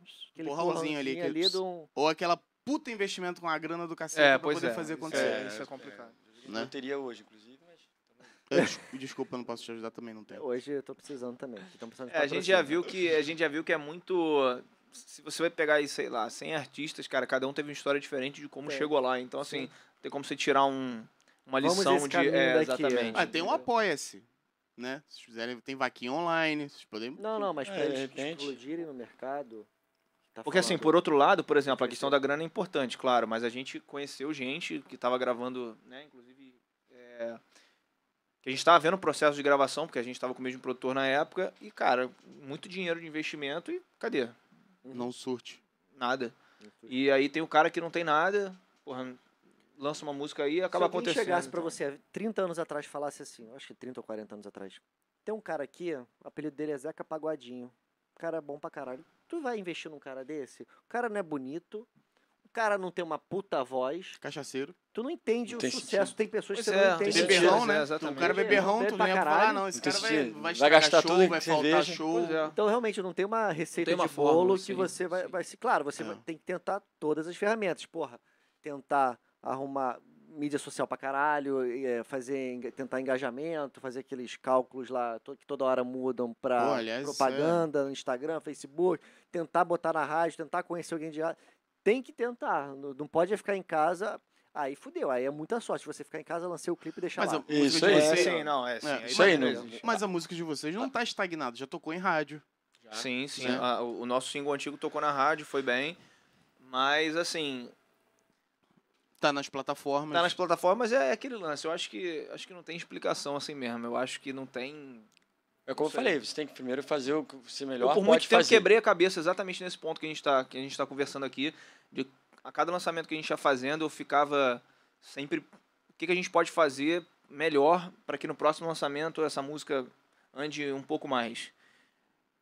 S2: Empurrãozinho ali,
S1: empurrãozinho
S2: que-
S1: ali do- um.
S2: Ou aquela puta investimento com a grana do cacete
S3: É,
S2: pra
S3: pois
S2: poder
S3: é.
S2: fazer
S4: isso
S2: acontecer.
S3: É, isso é complicado.
S2: Né?
S4: Não teria hoje, inclusive, mas
S2: Eu des- Desculpa, eu não posso te ajudar também, não tenho.
S1: É, Hoje eu tô precisando também. Tô precisando de
S3: É, a gente
S1: patrocínio. né?
S3: já viu que a gente já viu que é muito se você vai pegar aí, sei lá, 100 artistas, cara, cada um teve uma história diferente de como
S1: Tem.
S3: chegou lá. Então assim,
S1: Sim.
S3: tem como você tirar um uma
S1: Vamos
S3: lição
S1: esse
S3: de
S1: caminho
S3: é,
S1: daqui,
S3: exatamente.
S1: é.
S2: Ah, tem um Apoia-se, né? Se vocês fizerem, tem vaquinha online, vocês podem...
S1: Não, não, mas
S4: É,
S1: pra
S4: de
S1: eles
S4: repente.
S1: explodirem no mercado. tá
S3: Porque assim,
S1: falando-
S3: por outro lado, por exemplo, a questão da grana é importante, claro, mas a gente conheceu gente que estava gravando, né, inclusive é, que a gente estava vendo o processo de gravação, porque a gente estava com o mesmo produtor na época, e cara, muito dinheiro de investimento e cadê?
S2: Não surte.
S3: Nada. E aí tem o cara que não tem nada, porra, lança uma música aí e
S1: Se
S3: acaba
S1: alguém
S3: acontecendo.
S1: chegasse pra
S3: então.
S1: você há 30 anos atrás e falasse assim, eu acho que 30 ou 40 anos atrás, tem um cara aqui, o apelido dele é Zeca Pagodinho. O cara é bom pra caralho. Tu vai investir num cara desse? O cara não é bonito, o cara não tem uma puta voz,
S2: Cachaceiro.
S1: tu não entende
S4: Não
S1: o
S4: tem
S1: sucesso. Tem pessoas
S3: Pois
S1: que você
S3: é,
S1: não entende.
S3: tem
S1: o
S3: sentido,
S2: Beberrão,
S1: sucesso.
S3: né?
S2: né?
S3: Exatamente.
S2: O cara é beberrão,
S1: Bebe
S2: tu
S1: pra
S2: não lembra
S1: caralho.
S2: falar, não. Esse
S4: Não tem
S2: cara vai,
S4: sentido. Vai
S2: vai estragar
S4: gastar
S2: show,
S4: tudo em
S2: vai faltar
S4: cerveja.
S2: show.
S3: Pois é.
S1: Então, realmente, não tem uma receita
S3: Tem uma
S1: de
S3: fórmula,
S1: bolo que
S3: sim,
S1: você vai,
S3: sim.
S1: vai se. Claro, você
S2: É.
S1: vai- tem que tentar todas as ferramentas. Porra, tentar arrumar mídia social pra caralho, e, é, fazer, enga- tentar engajamento, fazer aqueles cálculos lá to- que toda hora mudam pra
S2: Pô, aliás,
S1: propaganda, no Instagram, Facebook, tentar botar na rádio, tentar conhecer alguém de lá. Tem que tentar. Não não pode ficar em casa. Aí fudeu, aí é muita sorte. Você ficar em casa, lancei o clipe e deixar
S2: Mas a
S1: lá.
S2: música
S4: Isso
S2: de
S4: aí.
S2: vocês-
S3: É, sim, não, é sim.
S2: É,
S4: isso aí,
S3: não
S4: né?
S3: existe.
S2: Mas a música de vocês não tá estagnada, já tocou em rádio.
S3: Sim, sim.
S2: Sim.
S3: a- o o nosso single antigo tocou na rádio, foi bem. Mas, assim,
S2: Tá nas plataformas.
S3: tá nas plataformas é aquele lance. Eu acho que, acho que não tem explicação assim mesmo. Eu acho que não tem.
S4: é como eu
S3: Isso aí.
S4: falei, você tem que primeiro fazer o que você melhor
S3: Eu, por
S4: pode
S3: muito tempo
S4: fazer.
S3: quebrei a cabeça exatamente nesse ponto que a gente tá, que a gente tá conversando aqui. De, a cada lançamento que a gente tá fazendo, eu ficava sempre. O que, que a gente pode fazer melhor para que no próximo lançamento essa música ande um pouco mais?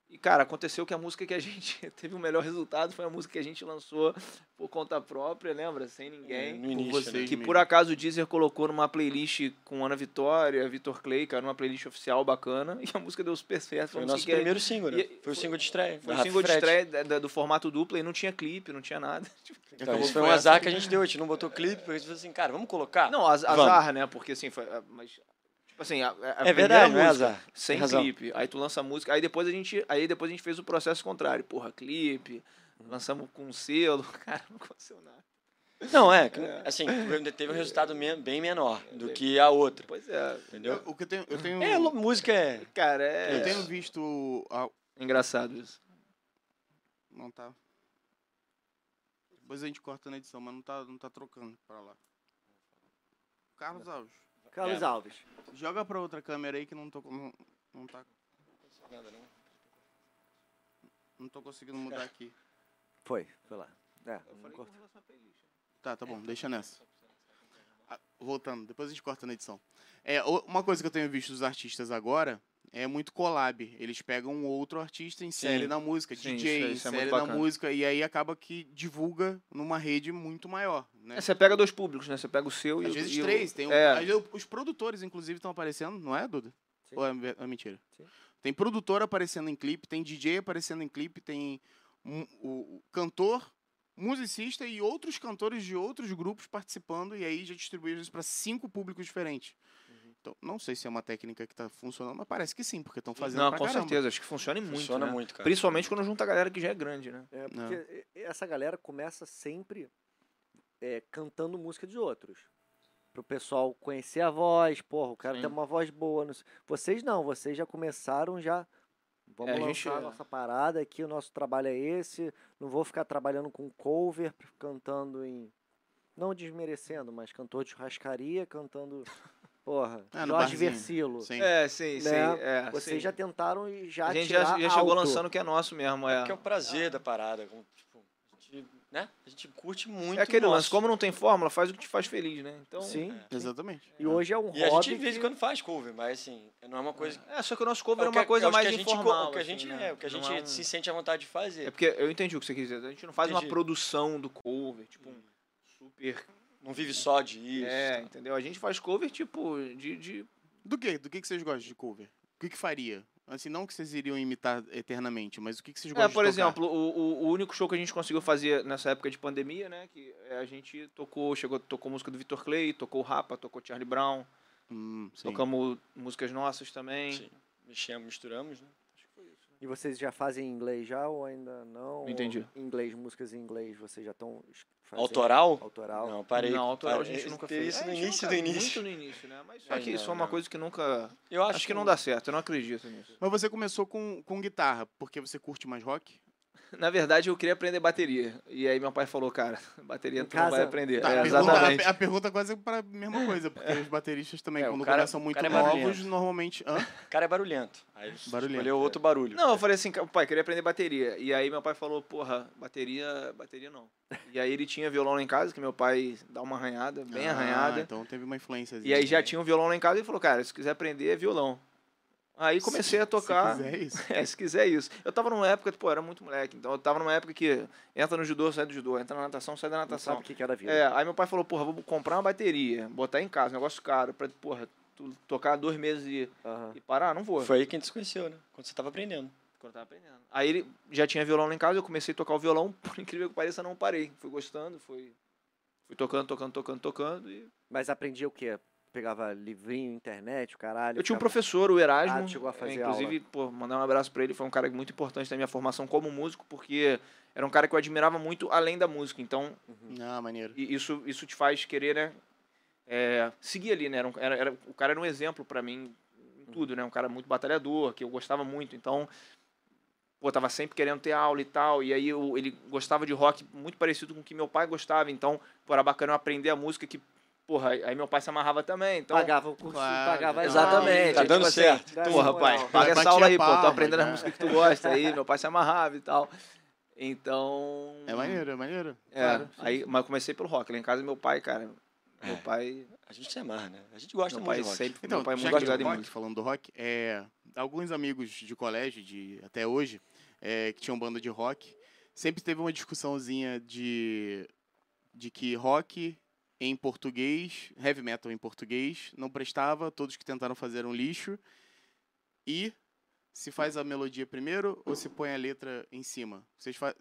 S3: E, cara, aconteceu que a música que a <laughs> gente teve o melhor resultado foi a música que a gente lançou por conta própria, lembra? Sem
S4: É,
S3: ninguém.
S4: no
S2: por
S4: início,
S2: vocês.
S4: né?
S3: Que por acaso o Deezer colocou numa playlist com Ana Vitória, Vitor Clay, cara, numa playlist oficial bacana, <laughs> e a música deu super certo.
S4: Foi o
S3: Vamos
S4: nosso
S3: seguir aí.
S4: primeiro single, né?
S3: E-
S4: Foi o single de estreia.
S3: Foi um
S4: da
S3: single de
S4: Ah, Fred.
S3: estreia da- da- do formato duplo e não tinha clipe, não tinha nada.
S4: Então,
S2: Acabou
S4: isso foi um
S2: que foi
S4: azar que a gente deu, a gente não botou clipe, porque a gente falou assim, cara, vamos colocar?
S3: Não, az-
S4: Vamos.
S3: azar, né? Porque assim, foi, a- mas. Tipo assim, a, a- a
S4: é
S3: primeira
S4: verdade, não é
S3: música,
S4: azar.
S3: Sem
S4: razão.
S3: clipe. Aí tu lança a música. Aí depois a gente. Aí depois a gente fez o processo contrário. Porra, clipe. Lançamos com selo. <laughs> Cara, não aconteceu nada.
S4: Não, é, que- assim, teve um resultado me- bem menor do que a outra,
S3: Pois é.
S4: entendeu?
S2: Eu, o que eu tenho. Eu tenho,
S4: É, lo- música é...
S3: Cara, é.
S2: eu tenho visto. a-
S3: Engraçado isso.
S2: Não tá. Depois a gente corta na edição, mas não tá, não tá trocando pra lá. Carlos Alves,
S1: Carlos
S4: É.
S1: Alves.
S2: joga pra outra câmera aí que não tô. Não, não tá. Não tô conseguindo mudar aqui.
S1: Foi, foi lá. É,
S2: Tá, tá bom, deixa nessa. Ah, Voltando, depois a gente corta na edição. É, o- uma coisa que eu tenho visto dos artistas agora é muito collab. Eles pegam um outro artista, inserem
S4: Sim.
S2: na música,
S3: Sim, isso é-
S2: DJ,
S3: isso é
S2: insere
S3: muito
S2: na
S3: bacana.
S2: música, e aí acaba que divulga numa rede muito maior. Né?
S3: É, você pega dois públicos, né? Você pega o seu e
S2: Às
S3: o-
S2: vezes
S3: e o-
S2: três. Tem um-
S3: é.
S2: às vezes os produtores, inclusive, estão aparecendo, não é, Duda?
S1: Sim.
S2: Ou é, ve- é mentira?
S1: Sim.
S2: Tem produtor aparecendo em clipe, tem DJ aparecendo em clipe, tem um- o, o cantor musicista e outros cantores de outros grupos participando, e aí já distribuíram isso para cinco públicos diferentes.
S3: Uhum.
S2: Então, não sei se é uma técnica que tá funcionando, mas parece que sim, porque estão fazendo
S3: Não,
S2: pra
S3: com
S2: caramba.
S3: certeza. Acho que funciona e muito,
S4: Funciona
S3: né?
S4: muito, cara.
S3: Principalmente quando junta a galera que já é grande, né?
S1: É, porque e- essa galera começa sempre é, cantando música de outros. Pro pessoal conhecer a voz, porra, o cara
S4: Sim.
S1: tem uma voz boa. Não sei. Vocês não, vocês já começaram já. Vamos
S3: É, a
S1: lançar
S3: gente-
S1: a nossa parada aqui, o nosso trabalho é esse. Não vou ficar trabalhando com cover, cantando em. Não desmerecendo, mas cantor de churrascaria,
S3: <laughs>
S1: cantando. Porra,
S2: Ah, no
S1: Jorge
S2: barzinho.
S1: Versilo.
S2: Sim.
S3: É, sim,
S1: Né?
S3: sim. É,
S1: Vocês
S3: sim.
S1: já tentaram e já
S3: A gente já, já
S1: tirar
S3: chegou
S1: alto.
S3: lançando o que é nosso mesmo. É,
S4: Que é o prazer da parada. como, tipo, a, gente, né? a gente curte muito.
S3: É aquele
S4: nosso.
S3: lance. Como não tem fórmula, faz o que te faz feliz, né? Então,
S1: Sim.
S4: É.
S2: Exatamente.
S1: E hoje é um
S4: E a
S1: hobby
S4: gente de vez em
S1: que-
S4: quando faz cover, mas assim, não é uma coisa. que-
S3: É, só que o nosso cover é,
S4: o que-
S3: uma coisa
S4: o que
S3: mais
S4: a gente co-
S3: informal.
S4: O que a
S3: assim,
S4: gente,
S3: né?
S4: é, o que a
S3: Não
S4: gente
S3: um-
S4: se sente à vontade de fazer.
S3: É porque eu entendi o que você quis dizer. A gente não faz uma
S4: Entendi.
S3: produção do cover, tipo um super.
S4: Não vive só disso.
S3: é,
S4: tá?
S3: entendeu? A gente faz cover, tipo, de. de-
S2: Do que? Do que que vocês gostam de cover? O que que faria? Assim, não que vocês iriam imitar eternamente, mas o que que vocês
S3: É,
S2: gostam
S3: por
S2: de tocar?
S3: exemplo, o, o- o único show que a gente conseguiu fazer nessa época de pandemia, né? Que é, a gente tocou, chegou, tocou música do Vitor Clay, tocou Rapa, tocou Charlie Brown,
S2: Hum, sim.
S3: tocamos músicas nossas também.
S4: Sim. Mexemos, misturamos, né?
S1: E vocês já fazem em inglês já ou ainda não?
S3: Não entendi.
S1: Ou Inglês, músicas em inglês, vocês já estão es- fazendo?
S4: Autoral?
S1: Autoral.
S4: Não, parei.
S3: Não, autoral a
S4: parei.
S3: gente nunca
S4: Tem
S3: fez.
S4: Isso
S3: É,
S4: no
S3: a gente
S4: início do
S3: nunca-
S4: início.
S3: Muito no início, né? Mas só
S4: É,
S3: que isso é
S4: não,
S3: uma
S4: não.
S3: coisa que nunca.
S4: Eu
S3: Acho, que não dá certo, eu não acredito nisso.
S2: Mas você começou com, com guitarra, porque você curte mais rock?
S3: Na verdade, eu queria aprender bateria. E aí meu pai falou, cara, <laughs> bateria
S1: Em
S3: tu não vai
S1: casa?
S3: aprender.
S2: Tá,
S3: É,
S2: <laughs> a, pergunta, a
S3: exatamente.
S2: pe- a pergunta quase é para a mesma coisa, porque os bateristas também,
S4: É, o
S2: quando
S4: cara-
S2: começam
S4: o
S2: muito
S4: cara é
S2: novos,
S4: barulhento.
S2: normalmente... Hã?
S4: O cara é barulhento. Aí
S2: Barulhento,
S4: escolheu
S1: é.
S4: outro barulho.
S3: Não, eu falei assim, "Ca- pai, queria aprender bateria. E aí meu pai falou, porra, bateria, bateria não. E aí ele tinha violão lá em casa, que meu pai dá uma arranhada, <laughs> bem
S2: Ah,
S3: arranhada.
S2: então teve uma influência.
S3: E aí já tinha um violão lá em casa e falou, cara, se quiser aprender, é violão. Aí comecei a tocar.
S2: Se quiser, é
S3: <laughs>
S2: isso.
S3: É, se quiser isso. Eu tava numa época, pô, eu era muito moleque. Então eu tava numa época que entra no judô, sai do judô, entra na natação, sai da
S1: Não
S3: natação.
S1: sabe o que que era a vida.
S3: É, aí meu pai falou, porra, vou comprar uma bateria, botar em casa, um negócio caro, pra, porra, tu tocar dois meses e,
S1: Aham.
S3: e parar, não vou.
S4: Foi aí que a gente se conheceu, né? Quando você tava aprendendo.
S3: Quando eu tava aprendendo. Aí ele já tinha violão lá em casa, eu comecei a tocar o violão, <laughs> por incrível que pareça, não parei. Fui gostando, fui, fui tocando, tocando, tocando, tocando. E...
S1: Mas aprendi o quê? Pegava livrinho, internet, o caralho.
S3: Eu tinha um
S1: ficava-
S3: professor, o Erasmo, é,
S1: Ah, chegou a fazer
S3: inclusive, pô, mandar um abraço pra ele, foi um cara muito importante na minha formação como músico, porque era um cara que eu admirava muito além da música, então
S2: Ah, maneiro.
S3: E isso, isso te faz querer, né? é, seguir ali, né? Era, um- era, era- o cara era um exemplo pra mim em tudo, né? Um cara muito batalhador, que eu gostava muito. Então, pô, tava sempre querendo ter aula e tal. E aí eu- ele gostava de rock muito parecido com o que meu pai gostava. Então, pô, era bacana eu aprender a música que, porra, aí meu pai se amarrava também. Então,
S1: Pagava o curso,
S2: Claro,
S1: pagava tipo assim,
S3: exatamente,
S4: Tá dando certo.
S3: Porra, pai, paga essa
S2: Batia
S3: aula aí, pô. Tô
S2: palma, né?
S3: aprendendo as
S2: cara.
S3: músicas que tu gosta aí. Meu pai se amarrava e tal. Então...
S2: É maneiro, é maneiro.
S3: É,
S2: Claro. É.
S3: aí, mas eu comecei pelo rock. Lá em casa, meu pai, cara... Meu pai...
S4: A gente se amarra, né? A gente gosta
S3: Meu
S4: muito
S3: pai
S4: de rock.
S3: sempre,
S2: Então,
S3: meu pai é
S2: já
S3: muito
S2: que
S3: ligado
S2: do
S3: em
S2: rock,
S3: música.
S2: falando do rock, é, alguns amigos de colégio, de até hoje, é, que tinham banda de rock, sempre teve uma discussãozinha de, de que rock em português, heavy metal em português, não prestava, todos que tentaram fazer eram lixo, e se faz a melodia primeiro ou se põe a letra em cima? Vocês fa-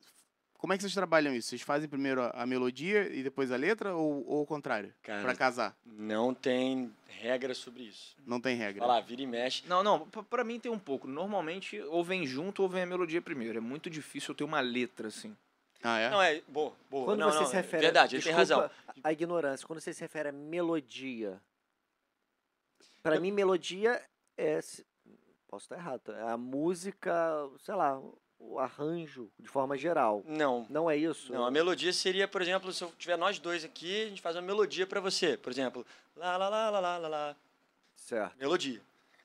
S2: Como é que vocês trabalham isso? Vocês fazem primeiro a- a melodia e depois a letra ou, ou o contrário?
S4: Cara,
S2: Pra casar,
S4: não tem regra sobre isso.
S2: não tem regra.
S4: Vai lá, vira e mexe.
S3: Não, não, pra- pra mim tem um pouco. Normalmente, ou vem junto ou vem a melodia primeiro. É muito difícil eu ter uma letra, assim.
S2: Ah, é?
S4: Não, é. Boa, boa.
S1: Quando
S4: não,
S1: você
S4: não,
S1: se
S4: é
S1: refere...
S4: Verdade, ele tem
S1: desculpa
S4: razão.
S1: a- A ignorância. Quando você se refere a melodia... Pra mim, melodia é... se- Posso estar errado. tá? É a música, sei lá, o arranjo, de forma geral.
S4: Não.
S1: Não é isso?
S4: Não, a melodia seria, por exemplo, se eu tiver nós dois aqui, a gente faz uma melodia pra você. Por exemplo, lá, lá, lá, lá, lá, lá, lá.
S1: Certo.
S4: Melodia.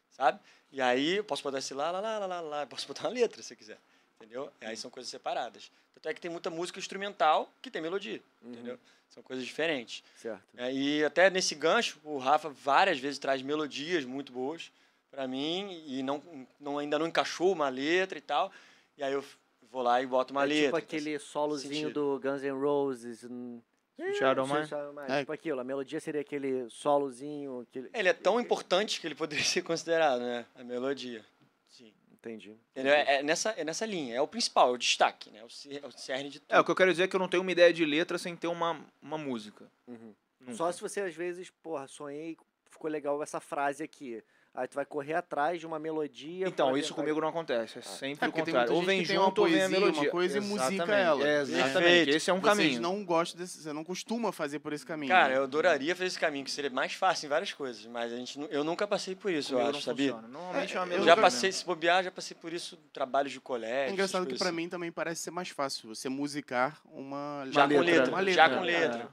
S4: Sabe? E aí eu posso botar esse lá, lá, lá, lá, lá, lá. eu Posso botar uma letra se quiser. Entendeu? Aí são coisas separadas. Tanto é que tem muita música instrumental que tem melodia. Entendeu? São coisas diferentes.
S1: uhum, Certo.
S4: É, e até nesse gancho, o Rafa várias vezes traz melodias muito boas pra mim e não, não- ainda não encaixou uma letra e tal. E aí eu f- vou lá e boto uma
S1: É
S4: letra.
S1: tipo
S4: tá
S1: aquele solozinho
S4: sentido.
S1: do Guns N' Roses. hum.
S3: Sweet Child O'
S1: Sweet
S3: Mine.
S1: Child O' Mine.
S2: É.
S1: Tipo aquilo, a melodia seria aquele solozinho. Aquele...
S4: é Ele é tão importante que ele poderia ser considerado, né? A melodia. Sim.
S1: Entendi.
S4: Entendeu? É, é nessa, é nessa linha, é o principal, é o destaque, né? É o cer- é o cerne de tudo.
S3: É, o que eu quero dizer é que eu não tenho uma ideia de letra sem ter uma, uma música.
S1: Uhum.
S2: Hum.
S3: Nunca.
S1: Só se você, às vezes, porra, sonhei, ficou legal essa frase aqui. Aí tu vai correr atrás de uma melodia.
S3: Então,
S1: pra
S3: isso
S1: tentar-
S3: comigo não acontece. É sempre
S2: É,
S3: o
S2: porque tem
S3: contrário.
S2: muita
S3: Ou
S2: gente
S3: vem
S2: que tem uma
S3: junto ou vem a
S2: poesia,
S3: melodia.
S2: uma coisa e musica
S3: Exatamente,
S2: ela.
S3: é, exatamente.
S4: Perfeito.
S3: Esse é um
S2: Vocês
S3: caminho.
S2: não gostam desse, você não costuma fazer por esse caminho.
S4: Cara,
S2: né?
S4: eu adoraria fazer esse caminho, que seria mais fácil em várias coisas, mas a gente, nu- eu nunca passei por isso,
S3: Comigo
S4: eu
S3: não
S4: acho, sabia?
S3: funciona. Normalmente é, uma
S2: eu
S4: já
S3: melodia.
S2: nunca-
S4: passei, se bobear, já passei por isso, trabalhos de colégio.
S2: É engraçado
S4: essas
S2: que
S4: coisas assim.
S2: pra mim também parece ser mais fácil você musicar uma
S4: Já
S2: uma
S4: com letra,
S2: Uma
S4: já
S2: letra.
S4: com letra.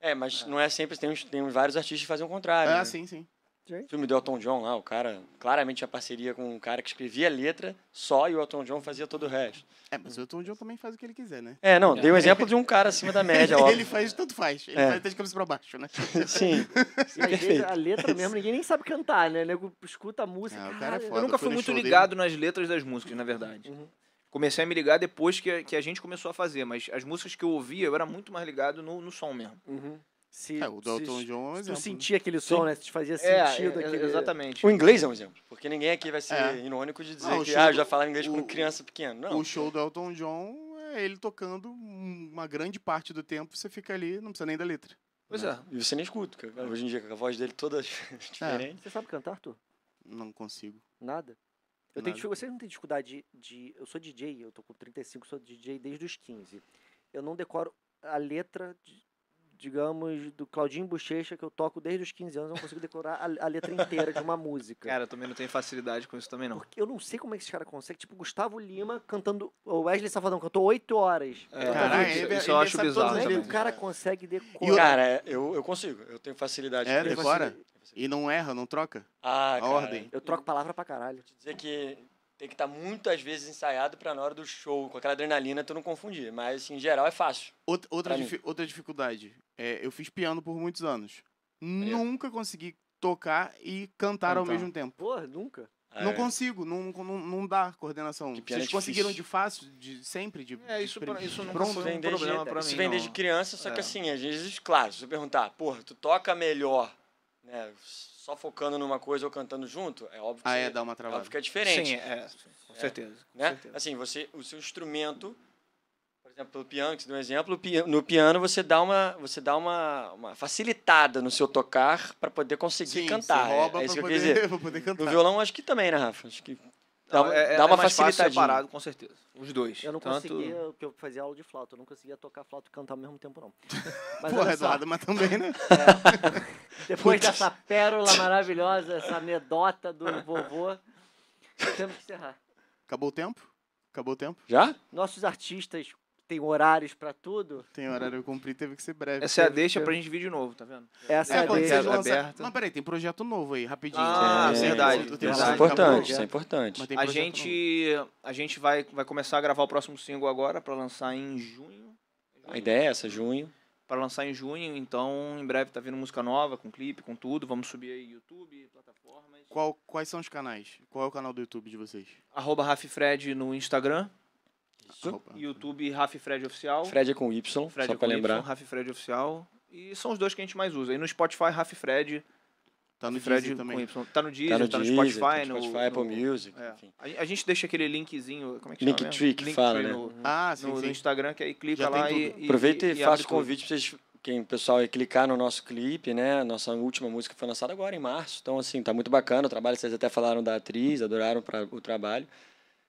S1: É.
S4: É, mas não é sempre, tem, uns- tem vários artistas que fazem o contrário.
S2: Ah,
S4: né?
S2: sim, sim.
S4: O filme do Elton John lá, o cara claramente tinha parceria com um cara que escrevia a letra só e o Elton John fazia todo o resto.
S2: É, mas o Elton John também faz o que ele quiser, né?
S4: É, não, dei um exemplo de um cara acima
S2: <laughs>
S4: da média, óbvio. <laughs>
S2: ele faz, tanto faz. Ele
S4: É.
S2: faz até de cabeça pra baixo, né?
S4: Sim.
S2: <laughs>
S1: E às vezes
S4: Perfeito.
S1: a letra mesmo, ninguém nem sabe cantar, né? O nego escuta a música.
S2: Ah, o cara é
S1: "Caralho,
S2: foda.
S1: eu
S3: Eu
S1: nunca-
S3: nunca
S2: fui
S3: fui
S2: no
S3: muito
S2: show dele.
S3: ligado nas letras das músicas, na verdade.
S1: Uhum.
S3: Comecei a me ligar depois que, que a gente começou a fazer, mas as músicas que eu ouvia, eu era muito mais ligado no, no som mesmo.
S1: Uhum. Se,
S2: É, o do
S1: se-
S2: Elton John é
S1: se
S2: um
S1: tu
S2: exemplo. né?
S1: sentia aquele som, né? Se te fazia
S3: É,
S1: sentido
S3: é,
S1: aquele...
S3: Exatamente.
S4: O inglês é um exemplo, porque ninguém aqui vai ser
S2: É.
S4: irônico de dizer
S2: Não, o
S4: que
S2: show
S4: ah, eu
S2: do-
S4: já falava inglês com
S2: o-
S4: criança pequena. Não.
S2: O show do Elton John é ele tocando uma grande parte do tempo, você fica ali, não precisa nem da letra.
S3: Pois é.
S4: E você nem escuta, cara. hoje em dia, com a voz dele toda <laughs>
S2: É.
S4: diferente.
S1: Você sabe cantar, tu?
S2: Não consigo.
S1: Nada? Eu
S2: Nada.
S1: tenho dificuldade, vocês não têm dificuldade de, de- Eu sou DJ, eu tô com 35, sou DJ desde os 15. Eu não decoro a letra, de- digamos, do Claudinho Bochecha, que eu toco desde os 15 anos, eu não consigo decorar a, a letra inteira de uma música.
S3: Cara, eu também não tenho facilidade com isso também, não.
S1: Porque eu não sei como é que esse cara consegue. Tipo, Gustavo Lima cantando. O Wesley Safadão cantou 8 horas.
S3: É,
S1: Eu
S2: Caralho,
S1: nunca vi
S3: isso,
S2: ele-
S3: isso eu
S2: ele
S3: acho
S1: Como
S2: sabe
S3: bizarro
S1: é
S2: todas as
S1: que
S3: também.
S1: o cara consegue decorar?
S4: E o- Cara, é, eu, eu consigo, eu tenho facililidade.
S2: É,
S4: pra isso.
S2: decora? E não erra, não troca?
S4: Ah,
S2: A
S4: cara,
S2: ordem.
S1: Eu troco palavra pra caralho.
S4: te dizer que tem que estar muitas vezes ensaiado pra na hora do show, com aquela adrenalina, tu não confundir. Mas, assim, em geral, é fácil.
S2: Outra, outra,
S4: Pra mim.
S2: difi- outra dificuldade. É, eu fiz piano por muitos anos. Nunca consegui tocar e cantar ao
S3: Cantar.
S2: mesmo tempo.
S1: Porra, nunca.
S2: não
S4: Ah, é.
S2: consigo, não, não, não dá coordenação.
S4: Que piano
S2: Vocês
S4: é
S2: conseguiram de
S4: difícil.
S2: fácil, de sempre? De,
S3: É,
S2: de
S3: isso,
S2: pre-
S3: pra, isso
S2: de
S3: nunca
S2: pronto?
S3: foi
S4: Vem
S3: um
S4: desde,
S3: problema pra mim,
S4: isso vem
S3: não.
S4: desde criança, só
S3: É.
S4: que assim, às vezes, claro, se você perguntar, porra, tu toca melhor, né, só focando numa coisa ou cantando junto, é óbvio que,
S2: Ah,
S4: você-
S2: é, dá uma
S4: é
S2: travada.
S4: óbvio que é diferente,
S3: Sim, é, com certeza. com
S4: né?
S3: certeza.
S4: Assim, você, o seu instrumento, por exemplo, pelo piano, que você deu um exemplo, o pi- no piano você dá uma, você dá uma, uma facilitada no seu tocar para poder conseguir
S2: Sim,
S4: cantar.
S2: você
S4: é-
S2: rouba
S4: é,
S2: pra
S4: isso que
S2: <laughs>
S4: eu queria
S2: poder,
S4: dizer.
S2: pra poder
S4: No
S2: cantar.
S4: violão acho que também, né, Rafa? Acho que dá,
S3: Não,
S4: uma-
S3: é,
S4: dá uma
S3: é mais fácil
S4: facilitadinha.
S3: separado, com certeza. Os dois.
S1: Eu não
S3: Tanto...
S1: conseguia, porque eu fazia aula de flauta, eu não conseguia tocar flauta e cantar ao mesmo tempo, não. Mas
S2: Porra,
S1: olha só,
S2: Eduardo, mas também, né?
S1: depois
S4: Putz.
S1: dessa pérola maravilhosa, essa anedota do vovô, temos que encerrar.
S2: Acabou o tempo? Acabou o tempo?
S4: Já?
S1: Nossos artistas têm horários pra tudo.
S2: Tem horário eu cumprir, teve que ser breve.
S3: Essa é a
S2: Teve-
S3: deixa pra gente vir de novo, tá vendo?
S1: Essa é,
S2: É,
S1: a
S2: quando
S1: dele.
S2: vocês
S3: Aberta.
S2: lançarem... Mas peraí, tem projeto novo aí, rapidinho.
S3: Ah,
S2: É,
S3: verdade,
S2: tem- tem
S4: Isso é
S2: projeto-
S1: verdade.
S4: importante,
S2: acabou.
S4: isso é importante.
S2: Mas tem
S3: A
S2: projeto novo.
S3: gente, a gente vai, vai começar a gravar o próximo single agora, pra lançar em junho.
S4: A ideia é essa, junho.
S3: Pra lançar em junho, então em breve tá vindo música nova, com clipe, com tudo. Vamos subir aí YouTube, plataformas.
S2: Qual, quais são os canais? Qual é o canal do YouTube de vocês?
S3: Arroba Rafi Fred no Instagram,
S2: Opa.
S3: YouTube Rafi Fred Oficial.
S4: Tá. Fred é com Y,
S3: Fred
S4: só pra
S3: com Y,
S4: lembrar.
S3: Rafi Fred Oficial. E são os dois que a gente mais usa. E no Spotify, Rafi Fred,
S2: Tá no
S3: Fred
S2: Deezer
S3: com
S2: também.
S3: Y. Tá no
S4: tá
S3: Deezer,
S4: no
S3: tá no
S4: Deezer,
S3: Spotify,
S4: tá
S3: no-
S4: no Spotify,
S3: no-
S4: Apple Music,
S3: É.
S4: enfim.
S3: A, a gente deixa aquele linkzinho, como é que chama?
S4: Linktree que
S3: mesmo?
S4: fala, né?
S3: no,
S2: Ah, sim,
S3: no- no
S2: sim.
S3: Instagram, que aí clica
S2: Já tem
S3: lá
S2: tudo.
S3: e, e.
S4: Aproveita e,
S3: e abre
S4: faça o
S3: tudo.
S4: convite pra vocês, quem o pessoal, é clicar no nosso clipe, né? Nossa última música foi lançada agora em março. Então, assim, tá muito bacana o trabalho. Vocês até falaram da atriz, adoraram pra- o trabalho.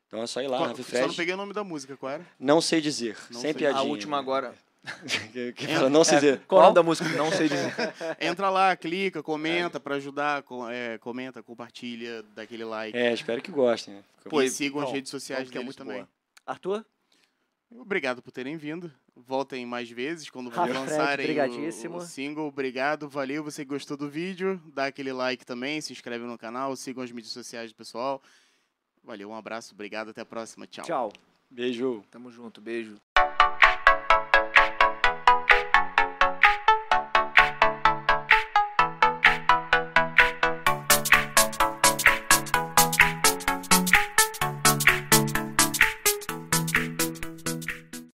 S4: Então é só ir lá,
S2: Qual-
S4: Rafa e
S2: Só não
S4: Fred.
S2: peguei o nome da música,
S1: <laughs>
S2: qual era?
S4: Não sei dizer.
S2: Não sei.
S4: sem piadinha.
S3: A última agora.
S4: <laughs>
S3: É.
S4: Que- que fala, não sei dizer.
S3: Qual o nome da música? Não sei
S4: <laughs>
S3: dizer.
S2: Entra lá, clica, comenta pra ajudar, co- é, comenta, compartilha, dá aquele like.
S4: É, espero que gostem. né? Fica-
S2: e sigam as
S1: bom,
S2: redes sociais
S1: porque é
S2: deles
S1: muito
S2: também.
S1: Arthur?
S2: Obrigado por terem vindo. Voltem mais vezes quando for
S1: Rafa
S2: lançarem
S1: Ah, Fred,
S2: o,
S1: brigadíssimo.
S2: o single. Obrigado, valeu. Você que gostou do vídeo, dá aquele like também, se inscreve no canal, sigam as mídias sociais do pessoal. Valeu, um abraço, obrigado, até a próxima.
S1: Tchau.
S4: Beijo.
S3: Tamo junto, beijo.